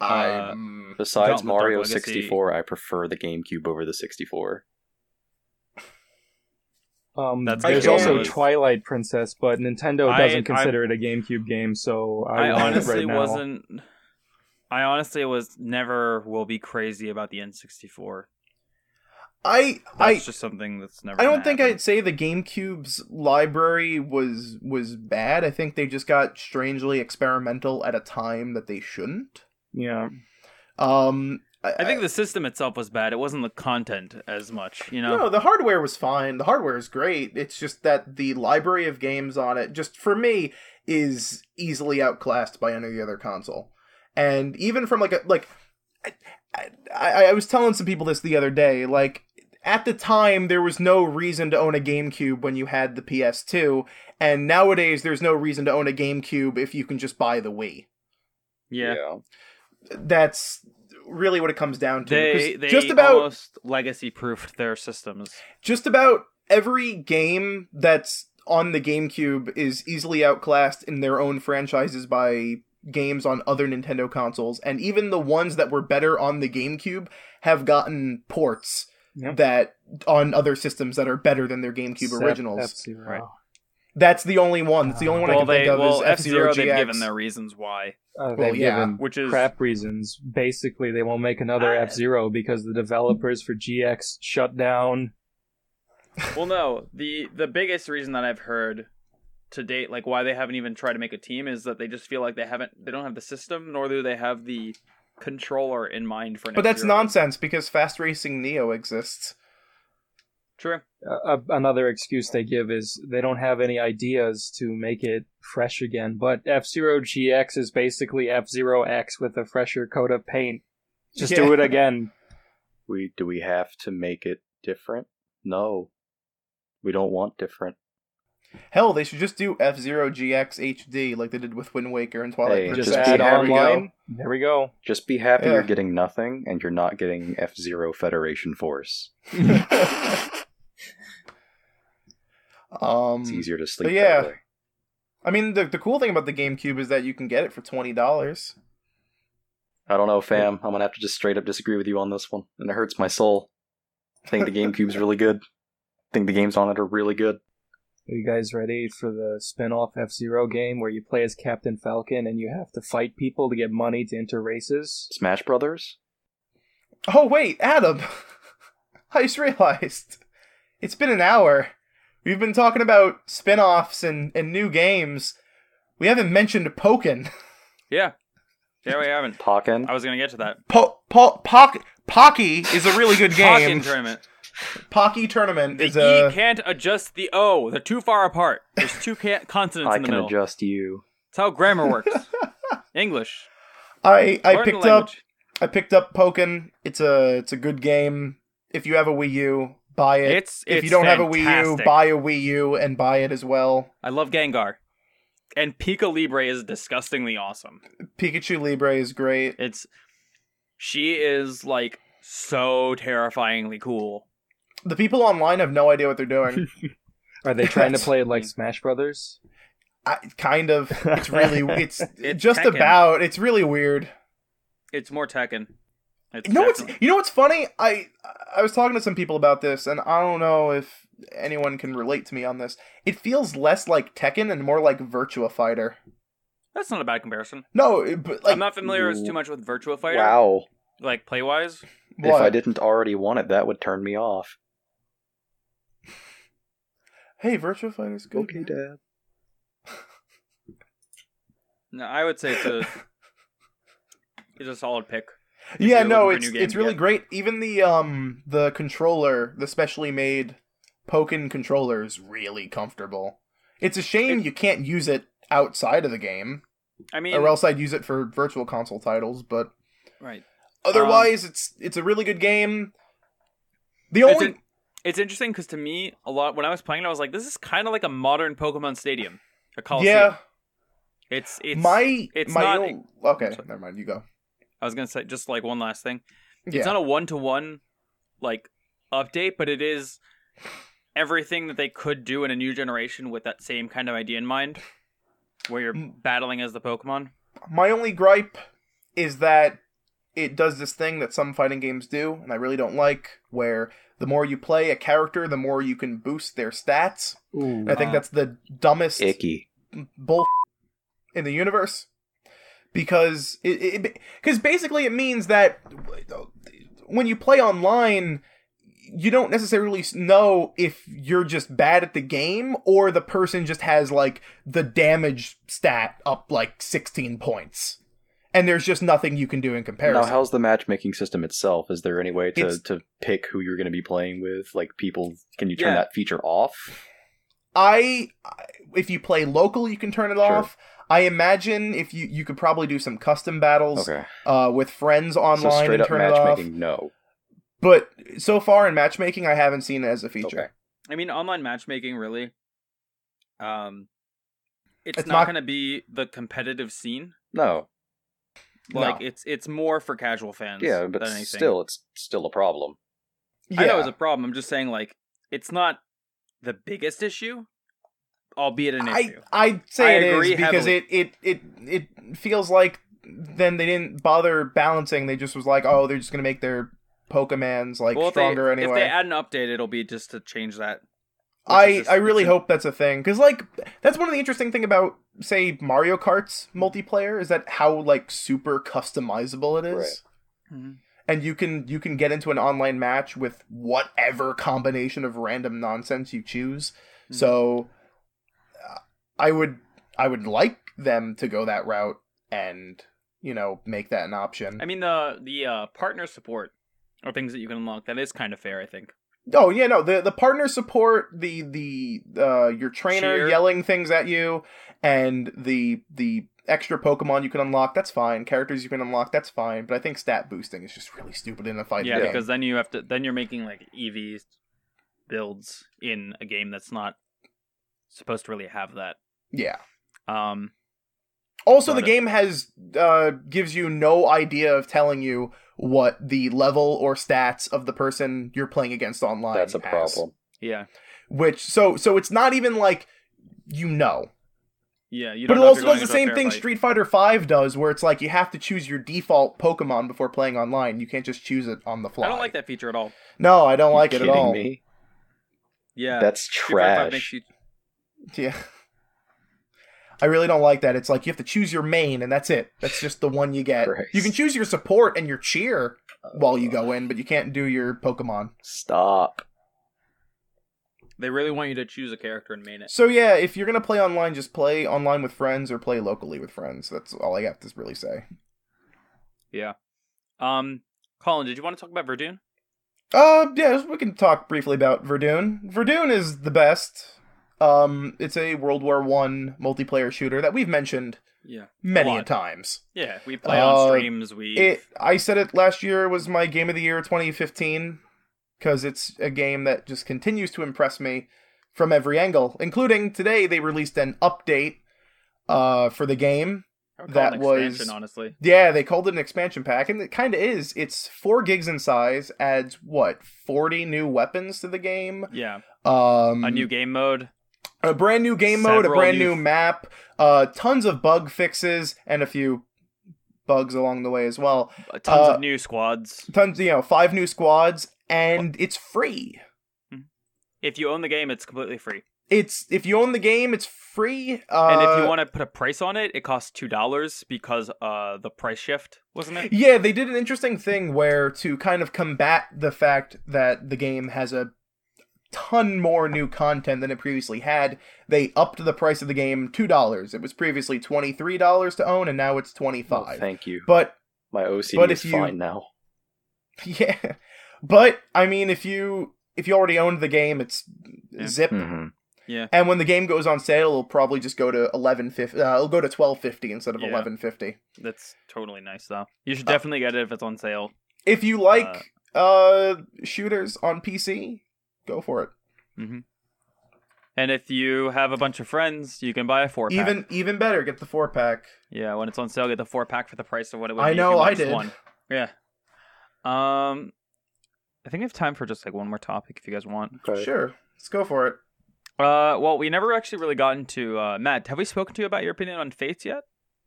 Speaker 4: Uh,
Speaker 3: I'm-
Speaker 5: Besides
Speaker 2: Gauntlet Dark
Speaker 5: Mario
Speaker 2: Legacy.
Speaker 5: 64, I prefer the GameCube over the 64.
Speaker 4: Um,
Speaker 2: That's
Speaker 4: there's
Speaker 3: I
Speaker 4: also
Speaker 3: can't-
Speaker 4: Twilight Princess, but Nintendo
Speaker 2: I-
Speaker 4: doesn't
Speaker 2: I'm-
Speaker 4: consider it a GameCube game, so I,
Speaker 2: I,
Speaker 4: want it
Speaker 2: honestly
Speaker 4: right now.
Speaker 2: wasn't. I honestly was never will be crazy about the N64.
Speaker 3: I
Speaker 2: That's
Speaker 3: I
Speaker 2: just something that's never.
Speaker 3: I
Speaker 2: gonna
Speaker 3: don't think
Speaker 2: happen.
Speaker 3: I'd say the GameCube's library was was bad. I think they just got strangely experimental at a time that they shouldn't.
Speaker 4: Yeah,
Speaker 3: Um,
Speaker 2: I think the system itself was bad. It wasn't the content as much, you know.
Speaker 3: No, the hardware was fine. The hardware is great. It's just that the library of games on it, just for me, is easily outclassed by any other console. And even from like a like, I, I, I was telling some people this the other day. Like at the time, there was no reason to own a GameCube when you had the PS2, and nowadays there's no reason to own a GameCube if you can just buy the Wii.
Speaker 2: yeah.
Speaker 3: That's really what it comes down to. 'Cause
Speaker 2: They they
Speaker 3: just about
Speaker 2: almost legacy proofed their systems.
Speaker 3: just about every game that's on the GameCube is easily outclassed in their own franchises by games on other Nintendo consoles, and even the ones that were better on the GameCube have gotten ports
Speaker 4: Yep.
Speaker 3: that on other systems that are better than their GameCube
Speaker 4: Except
Speaker 3: originals.
Speaker 4: F-Zero.
Speaker 2: Right.
Speaker 3: That's the only one. That's the only one I
Speaker 2: well,
Speaker 3: can
Speaker 2: they
Speaker 3: think of
Speaker 2: well
Speaker 3: is
Speaker 2: F
Speaker 3: F
Speaker 2: Zero
Speaker 3: Zero
Speaker 2: they've given their reasons why,
Speaker 4: Uh, they've
Speaker 3: Well, yeah.
Speaker 4: given
Speaker 2: which is
Speaker 4: crap reasons. Basically, they won't make another F Zero because the developers for GX shut down.
Speaker 2: Well, no, the the biggest reason that I've heard to date, like why they haven't even tried to make a team, is that they just feel like they haven't, they don't have the system, nor do they have the controller in mind for. next
Speaker 3: But that's
Speaker 2: year.
Speaker 3: nonsense because Fast Racing Neo exists.
Speaker 2: True.
Speaker 4: Uh, a- another excuse they give is they don't have any ideas to make it fresh again. But F Zero GX is basically F Zero X with a fresher coat of paint. Just do
Speaker 3: Yeah.
Speaker 4: it again.
Speaker 5: We do we have to make it different? No. We don't want different.
Speaker 3: Hell, they should just do F Zero GX HD like they did with Wind Waker and Twilight
Speaker 5: Hey,
Speaker 3: Princess.
Speaker 4: Just
Speaker 5: Just
Speaker 4: add
Speaker 5: keep-
Speaker 3: There we go.
Speaker 4: online. There we go.
Speaker 5: Just be happy
Speaker 3: Yeah.
Speaker 5: you're getting nothing and you're not getting F Zero Federation Force.
Speaker 3: um, [laughs]
Speaker 5: It's
Speaker 2: Mm.
Speaker 5: easier to sleep.
Speaker 3: but yeah.
Speaker 5: that way.
Speaker 3: Um, I mean, the, the cool thing about the GameCube is that you can get it for twenty dollars.
Speaker 5: I don't know, fam. I'm gonna have to just straight up disagree with you on this one, and it hurts my soul. I think
Speaker 2: [laughs]
Speaker 5: the GameCube's really good. I think the games on it are really good.
Speaker 4: Are you guys ready for the spin-off F-Zero game where you play as Captain Falcon and you have to fight people to get money to enter races?
Speaker 5: Smash Brothers.
Speaker 3: Oh wait, Adam, [laughs] I just realized it's been an hour. We've been talking about spin-offs and, and new games. We haven't mentioned Pokken. [laughs]
Speaker 2: Yeah. Yeah, we haven't.
Speaker 5: Pokken.
Speaker 2: I was gonna get to that
Speaker 3: Po- po- Pock- Pocky is
Speaker 2: [laughs]
Speaker 3: a really good game.
Speaker 2: Pokken tournament.
Speaker 3: Pocky Tournament
Speaker 2: The
Speaker 3: is
Speaker 2: E
Speaker 3: a
Speaker 2: can't adjust the O. They're too far apart. There's two can- consonants
Speaker 5: I
Speaker 2: in the
Speaker 5: can
Speaker 2: middle.
Speaker 5: adjust you.
Speaker 2: That's how grammar
Speaker 3: [laughs]
Speaker 2: works. English.
Speaker 3: I I
Speaker 2: Learn the
Speaker 3: picked up
Speaker 2: language.
Speaker 3: I picked up Pokken. It's a it's a good game. If you have a Wii U, buy it.
Speaker 2: It's,
Speaker 3: if
Speaker 2: it's
Speaker 3: you don't have a Wii U,
Speaker 2: fantastic.
Speaker 3: buy a Wii U and buy it as well.
Speaker 2: I love Gengar. And Pika Libre is disgustingly awesome.
Speaker 3: Pikachu Libre is great.
Speaker 2: It's she is like so terrifyingly cool.
Speaker 3: The people online have no idea what
Speaker 2: [laughs]
Speaker 3: they're doing.
Speaker 4: Are
Speaker 3: [laughs]
Speaker 4: they trying to play it like Smash Brothers?
Speaker 3: I, kind of. It's really. It's,
Speaker 2: [laughs] It's
Speaker 3: just
Speaker 2: Tekken.
Speaker 3: about. It's really weird.
Speaker 2: It's more Tekken. It's
Speaker 3: You know what's
Speaker 2: definitely-
Speaker 3: you know what's funny? I I was talking to some people about this, and I don't know if anyone can relate to me on this. It feels less like Tekken and more like Virtua Fighter.
Speaker 2: that's not a bad comparison.
Speaker 3: No, it- but like
Speaker 2: I'm not familiar as too much with Virtua Fighter,
Speaker 5: Wow.
Speaker 2: like play wise.
Speaker 5: If I
Speaker 3: what?
Speaker 5: didn't already want it, that would turn me off.
Speaker 3: Hey, Virtua Fighter's good. man.
Speaker 5: Dad.
Speaker 2: No, I would say it's
Speaker 3: [laughs]
Speaker 2: a it's a solid pick.
Speaker 3: Yeah,
Speaker 2: you're
Speaker 3: no,
Speaker 2: looking for
Speaker 3: it's
Speaker 2: new games,
Speaker 3: it's really
Speaker 2: yeah.
Speaker 3: great. Even the um the controller, the specially made Pokin controller is really comfortable. It's a shame you can't use it outside of the game,
Speaker 2: I mean, Um,
Speaker 3: or else I'd use it for virtual console titles. But
Speaker 2: right.
Speaker 3: otherwise, it's it's a really good game. The
Speaker 2: It's
Speaker 3: only
Speaker 2: in- It's interesting because to me, a lot when I was playing it, I was like, this is kind of like a modern Pokemon Stadium, a Coliseum.
Speaker 3: yeah,
Speaker 2: It's it's
Speaker 3: my
Speaker 2: it's
Speaker 3: my
Speaker 2: not-
Speaker 3: own- okay,
Speaker 2: I'm sorry.
Speaker 3: never mind. You go.
Speaker 2: I was gonna say just like one last thing.
Speaker 3: Yeah,
Speaker 2: It's not a one to one like update, but it is everything that they could do in a new generation with that same kind of idea in mind, where you're
Speaker 3: Mm.
Speaker 2: battling as the Pokemon.
Speaker 3: my only gripe is that it does this thing that some fighting games do and i really don't like where the more you play a character the more you can boost their stats
Speaker 4: Ooh.
Speaker 3: i think
Speaker 2: Uh,
Speaker 3: that's the dumbest
Speaker 5: Icky.
Speaker 3: bull in the universe because it because basically it means that when you play online you don't necessarily know if you're just bad at the game or the person just has like the damage stat up like 16 points and there's just nothing you can do in
Speaker 5: Now,
Speaker 3: comparison
Speaker 5: how's the matchmaking system itself? Is there any way to,
Speaker 3: It's-
Speaker 5: to pick who you're going to be playing with? Like, people, can you turn
Speaker 2: Yeah.
Speaker 5: that feature off?
Speaker 3: I, I- if you play local you can turn it
Speaker 5: Sure.
Speaker 3: off i imagine if you you could probably do some custom battles
Speaker 5: Okay.
Speaker 3: uh, with friends online
Speaker 5: so, straight
Speaker 3: and
Speaker 5: up
Speaker 3: turn it off
Speaker 5: matchmaking, no.
Speaker 3: But so far in matchmaking, I haven't seen it as a feature.
Speaker 5: Okay.
Speaker 2: I mean, online matchmaking really. Um, it's,
Speaker 3: It's
Speaker 2: not,
Speaker 3: not-
Speaker 2: going to be the competitive scene.
Speaker 5: No.
Speaker 2: Like
Speaker 3: No.
Speaker 2: it's it's more for casual fans.
Speaker 5: Yeah, but
Speaker 2: than anything.
Speaker 5: still, it's still a problem.
Speaker 2: I know it's a problem. I'm just saying, like, it's not the biggest issue, albeit an
Speaker 3: I
Speaker 2: issue.
Speaker 3: I'd say
Speaker 2: I
Speaker 3: it is
Speaker 2: agree
Speaker 3: because
Speaker 2: heavily.
Speaker 3: it, it it it feels like then they didn't bother balancing. They just was like, oh, they're just gonna make their Pokemans like
Speaker 2: well, if they,
Speaker 3: stronger
Speaker 2: if they
Speaker 3: anyway.
Speaker 2: add an update, it'll be just to change that. which
Speaker 3: I
Speaker 2: is just-
Speaker 3: I really
Speaker 2: it's a-
Speaker 3: hope that's a thing because like that's one of the interesting thing about say Mario Kart's multiplayer is that how like super customizable it is.
Speaker 5: Right.
Speaker 2: Mhm.
Speaker 3: And you can you can get into an online match with whatever combination of random nonsense you choose.
Speaker 2: Mhm.
Speaker 3: So uh, I would I would like them to go that route and you know make that an option.
Speaker 2: I mean, the the uh, partner support are things that you can unlock. That is kind of fair, I think.
Speaker 3: oh yeah, no the the partner support the the uh, your trainer
Speaker 2: Cheer.
Speaker 3: yelling things at you and the the extra Pokemon you can unlock that's fine. Characters you can unlock that's fine. But I think stat boosting is just really stupid in a fighting
Speaker 2: Yeah,
Speaker 3: game.
Speaker 2: because then you have to then you're making like EV builds in a game that's not supposed to really have that.
Speaker 3: yeah.
Speaker 2: Um,
Speaker 3: Also,
Speaker 2: Got
Speaker 3: the
Speaker 2: it.
Speaker 3: game has uh, gives you no idea of telling you what the level or stats of the person you're playing against online.
Speaker 5: That's a
Speaker 3: has.
Speaker 5: problem.
Speaker 2: yeah,
Speaker 3: Which so so it's not even like you know,
Speaker 2: yeah. You
Speaker 3: but
Speaker 2: don't
Speaker 3: it
Speaker 2: know if
Speaker 3: also
Speaker 2: you're
Speaker 3: does
Speaker 2: going
Speaker 3: the
Speaker 2: into a
Speaker 3: same
Speaker 2: fair
Speaker 3: thing
Speaker 2: fight.
Speaker 3: Street Fighter Five does, where it's like you have to choose your default Pokemon before playing online. You can't just choose it on the fly.
Speaker 2: I don't like that feature at all.
Speaker 3: No, I don't
Speaker 5: You
Speaker 3: like it at
Speaker 5: kidding
Speaker 3: all.
Speaker 5: me?
Speaker 2: Yeah,
Speaker 5: That's
Speaker 2: Street Fighter five makes
Speaker 5: trash.
Speaker 2: you
Speaker 3: [laughs] Yeah. I really don't like that. It's like you have to choose your main, and that's it. That's just the one you get.
Speaker 5: Christ.
Speaker 3: You can choose your support and your cheer while you go in, but you can't do your Pokemon.
Speaker 5: Stop.
Speaker 2: They really want you to choose a character and main it.
Speaker 3: So yeah, if you're gonna play online, just play online with friends or play locally with friends. That's all I have to really say.
Speaker 2: Um, Colin, did you want to talk about Verdun?
Speaker 3: Uh, yeah, we can talk briefly about Verdun. Verdun is the best. Um, it's a World War One multiplayer shooter that we've mentioned
Speaker 2: Yeah.
Speaker 3: many a
Speaker 2: lot.
Speaker 3: times.
Speaker 2: Yeah, we play
Speaker 3: Uh,
Speaker 2: on streams. We
Speaker 3: It. I said it last year was my game of the year 2015 because it's a game that just continues to impress me from every angle, including today they released an update uh, for the game.
Speaker 2: I would call
Speaker 3: That
Speaker 2: it an
Speaker 3: was-
Speaker 2: expansion, honestly.
Speaker 3: Yeah, they called it an expansion pack, and it kind of is. It's four gigs in size, adds what forty new weapons to the game.
Speaker 2: Yeah,
Speaker 3: Um,
Speaker 2: a new game mode.
Speaker 3: a brand new game mode, a
Speaker 2: Several
Speaker 3: brand
Speaker 2: new-
Speaker 3: new map, uh, tons of bug fixes, and a few bugs along the way as well.
Speaker 2: Uh, Tons
Speaker 3: Uh,
Speaker 2: of new squads.
Speaker 3: Tons, you know, five new squads, and it's free.
Speaker 2: If you own the game, it's completely free.
Speaker 3: It's if you own the game, it's free. Uh,
Speaker 2: And if you want to put a price on it, it costs two dollars because uh the price shift wasn't
Speaker 3: [laughs]
Speaker 2: it?
Speaker 3: Yeah, they did an interesting thing where to kind of combat the fact that the game has a ton more new content than it previously had, they upped the price of the game $2. It was previously $23 to own and now it's 25.
Speaker 5: Oh, thank you.
Speaker 3: but
Speaker 5: My OCD
Speaker 3: but
Speaker 5: is
Speaker 3: if you-
Speaker 5: fine now.
Speaker 3: [laughs] yeah. But I mean if you if you already owned the game, it's
Speaker 2: Yeah.
Speaker 3: zip.
Speaker 5: hmm
Speaker 3: And when the game goes on sale, it'll probably just go to 11.50 uh, it'll go to 12.50 instead of
Speaker 2: Yeah.
Speaker 3: 11.50.
Speaker 2: That's totally nice though. You should
Speaker 3: Uh,
Speaker 2: definitely get it if it's on sale.
Speaker 3: If you like uh, shooters on PC, go for it.
Speaker 2: And if you have a bunch of friends, you can buy a four pack.
Speaker 3: Even even better, get the four pack.
Speaker 2: yeah, when it's on sale, get the four pack for the price of what it would
Speaker 3: I
Speaker 2: be if you
Speaker 3: know,
Speaker 2: bought
Speaker 3: I
Speaker 2: just
Speaker 3: did.
Speaker 2: One. Yeah. Um, I think we have time for just like one more topic if you guys want.
Speaker 3: Sure, let's go for
Speaker 4: [laughs]
Speaker 3: it.
Speaker 2: Uh, well, we never actually really gotten to uh, Matt. Have we spoken to you about your opinion on Fates yet?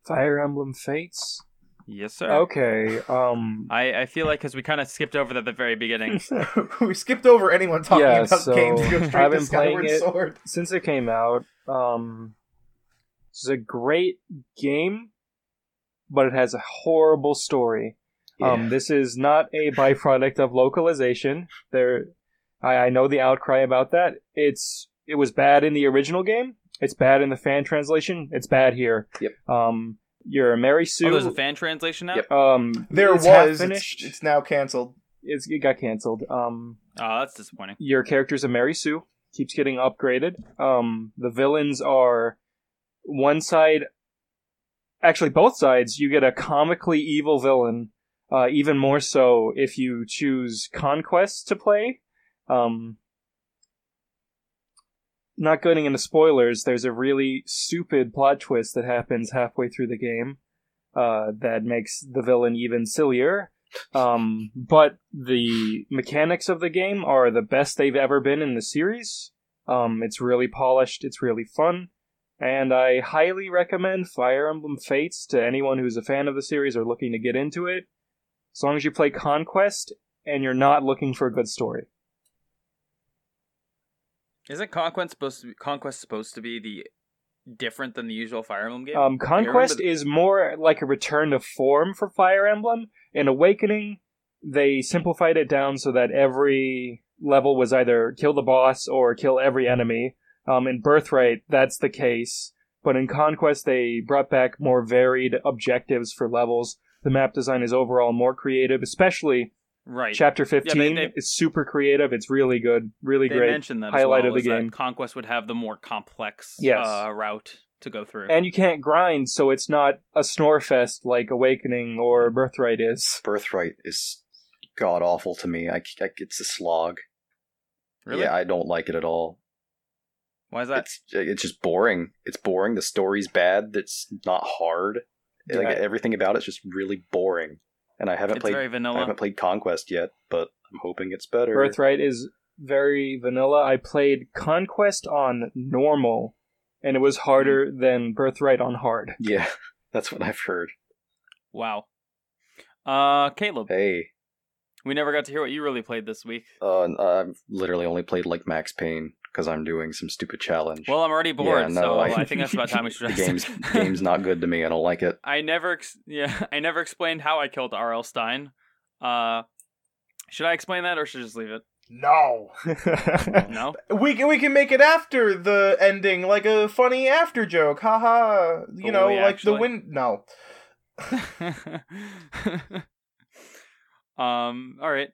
Speaker 4: Fire Emblem Fates.
Speaker 2: Yes, sir.
Speaker 4: Okay. Um.
Speaker 2: I, I feel like because we kind of skipped over that at the very beginning.
Speaker 3: [laughs] we skipped over anyone talking
Speaker 4: Yeah,
Speaker 3: about
Speaker 4: so,
Speaker 3: games. Go straight
Speaker 4: I've
Speaker 3: to
Speaker 4: been playing
Speaker 3: Skyward
Speaker 4: it.
Speaker 3: Sword.
Speaker 4: since it came out, um, it's a great game, but it has a horrible story. Um, this is not a byproduct of localization. There, I, I know the outcry about that. It's it was bad in the original game. It's bad in the fan translation. It's bad here.
Speaker 5: Yep.
Speaker 4: Um, you're Mary Sue.
Speaker 2: Oh, there's a fan translation now.
Speaker 5: Yep.
Speaker 4: um,
Speaker 3: There
Speaker 4: it's half
Speaker 3: was. It's,
Speaker 4: finished.
Speaker 3: it's now canceled.
Speaker 4: It's- it got canceled. Um,
Speaker 2: Oh, that's disappointing.
Speaker 4: your character's a Mary Sue, keeps getting upgraded. Um, the villains are one side, actually both sides. You get a comically evil villain, uh, even more so if you choose conquest to play. Um, not getting into spoilers, there's a really stupid plot twist that happens halfway through the game uh, that makes the villain even sillier. Um, but the mechanics of the game are the best they've ever been in the series. Um, it's really polished, it's really fun, and I highly recommend Fire Emblem Fates to anyone who's a fan of the series or looking to get into it. As long as you play Conquest and you're not looking for a good story.
Speaker 2: Isn't Conquest supposed to be, Conquest supposed to be the different than the usual Fire Emblem game?
Speaker 4: Um,
Speaker 2: remember
Speaker 4: Conquest
Speaker 2: th-
Speaker 4: is more like a return to form for Fire Emblem. In Awakening, they simplified it down so that every level was either kill the boss or kill every enemy. Um, in Birthright, that's the case. But in Conquest, they brought back more varied objectives for levels. The map design is overall more creative, especially
Speaker 2: right.
Speaker 4: Chapter
Speaker 2: they-
Speaker 4: 15
Speaker 2: they-
Speaker 4: is super creative. It's really good, really
Speaker 2: they
Speaker 4: great.
Speaker 2: mentioned that
Speaker 4: Highlight
Speaker 2: as well,
Speaker 4: of the
Speaker 2: is that
Speaker 4: game.
Speaker 2: Conquest would have the more complex
Speaker 4: Yes.
Speaker 2: uh, route to go through.
Speaker 4: and you can't grind, so it's not a snore fest like Awakening or Birthright is.
Speaker 5: Birthright is god awful to me. I, c- I- it's a slog.
Speaker 2: really?
Speaker 5: Yeah, I don't like it at all.
Speaker 2: Why is that?
Speaker 5: It's it's just boring. It's boring. The story's bad. It's not hard. Like
Speaker 4: Yeah.
Speaker 5: everything about it's just really boring. And I haven't
Speaker 2: It's
Speaker 5: played
Speaker 2: very
Speaker 5: I
Speaker 2: vanilla.
Speaker 5: haven't played Conquest yet, but I'm hoping it's better.
Speaker 4: Birthright is very vanilla. I played Conquest on normal, and it was harder than Birthright on hard. [laughs]
Speaker 5: Yeah, [laughs] that's what I've heard.
Speaker 2: Wow. Uh, Caleb,
Speaker 5: Hey,
Speaker 2: we never got to hear what you really played this week.
Speaker 5: uh, I've literally only played like Max Payne because I'm doing some stupid challenge.
Speaker 2: Well, I'm already bored,
Speaker 5: no,
Speaker 2: so I...
Speaker 5: I-
Speaker 2: think that's about time
Speaker 5: [laughs]
Speaker 2: we should.
Speaker 5: the game's
Speaker 2: [laughs]
Speaker 5: game's not good to me. I don't like it.
Speaker 2: I never, ex- yeah, [laughs] I never explained how I killed R.L. Stein. Uh, should I explain that or should I just leave it?
Speaker 3: [laughs] No,
Speaker 2: No.
Speaker 3: we can we can make it after the ending, like a funny after joke. Haha. You
Speaker 2: Oh,
Speaker 3: know,
Speaker 2: yeah,
Speaker 3: like
Speaker 2: actually.
Speaker 3: the win. No,
Speaker 2: [laughs] um. All right.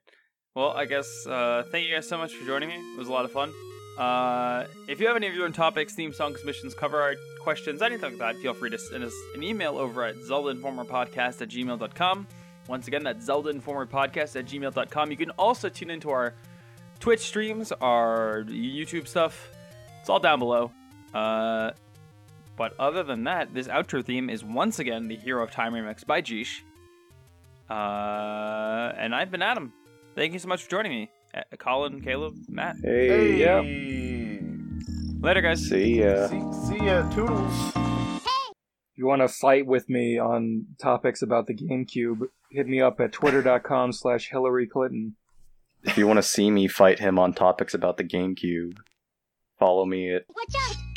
Speaker 2: Well, I guess uh, thank you guys so much for joining me. It was a lot of fun. Uh, if you have any of your own topics, theme song submissions, cover art, questions, anything like that, feel free to send us an email over at zeldainformerpodcast at gmail.com. Once again, that's zeldainformerpodcast at gmail.com. You can also tune into our Twitch streams, our YouTube stuff. It's all down below. Uh, But other than that, this outro theme is once again the Hero of Time remix by Jeesh. Uh, and I've been Adam. Thank you so much for joining me. Uh, Colin, Caleb, Matt.
Speaker 4: Hey, yeah.
Speaker 2: Later, guys.
Speaker 5: See ya.
Speaker 3: See, see ya, Toodles.
Speaker 4: If you want to fight with me on topics about the GameCube, hit me up at twitter.com slash Hillary Clinton.
Speaker 5: If you want to see me fight him on topics about the GameCube, follow me at
Speaker 6: Watch out!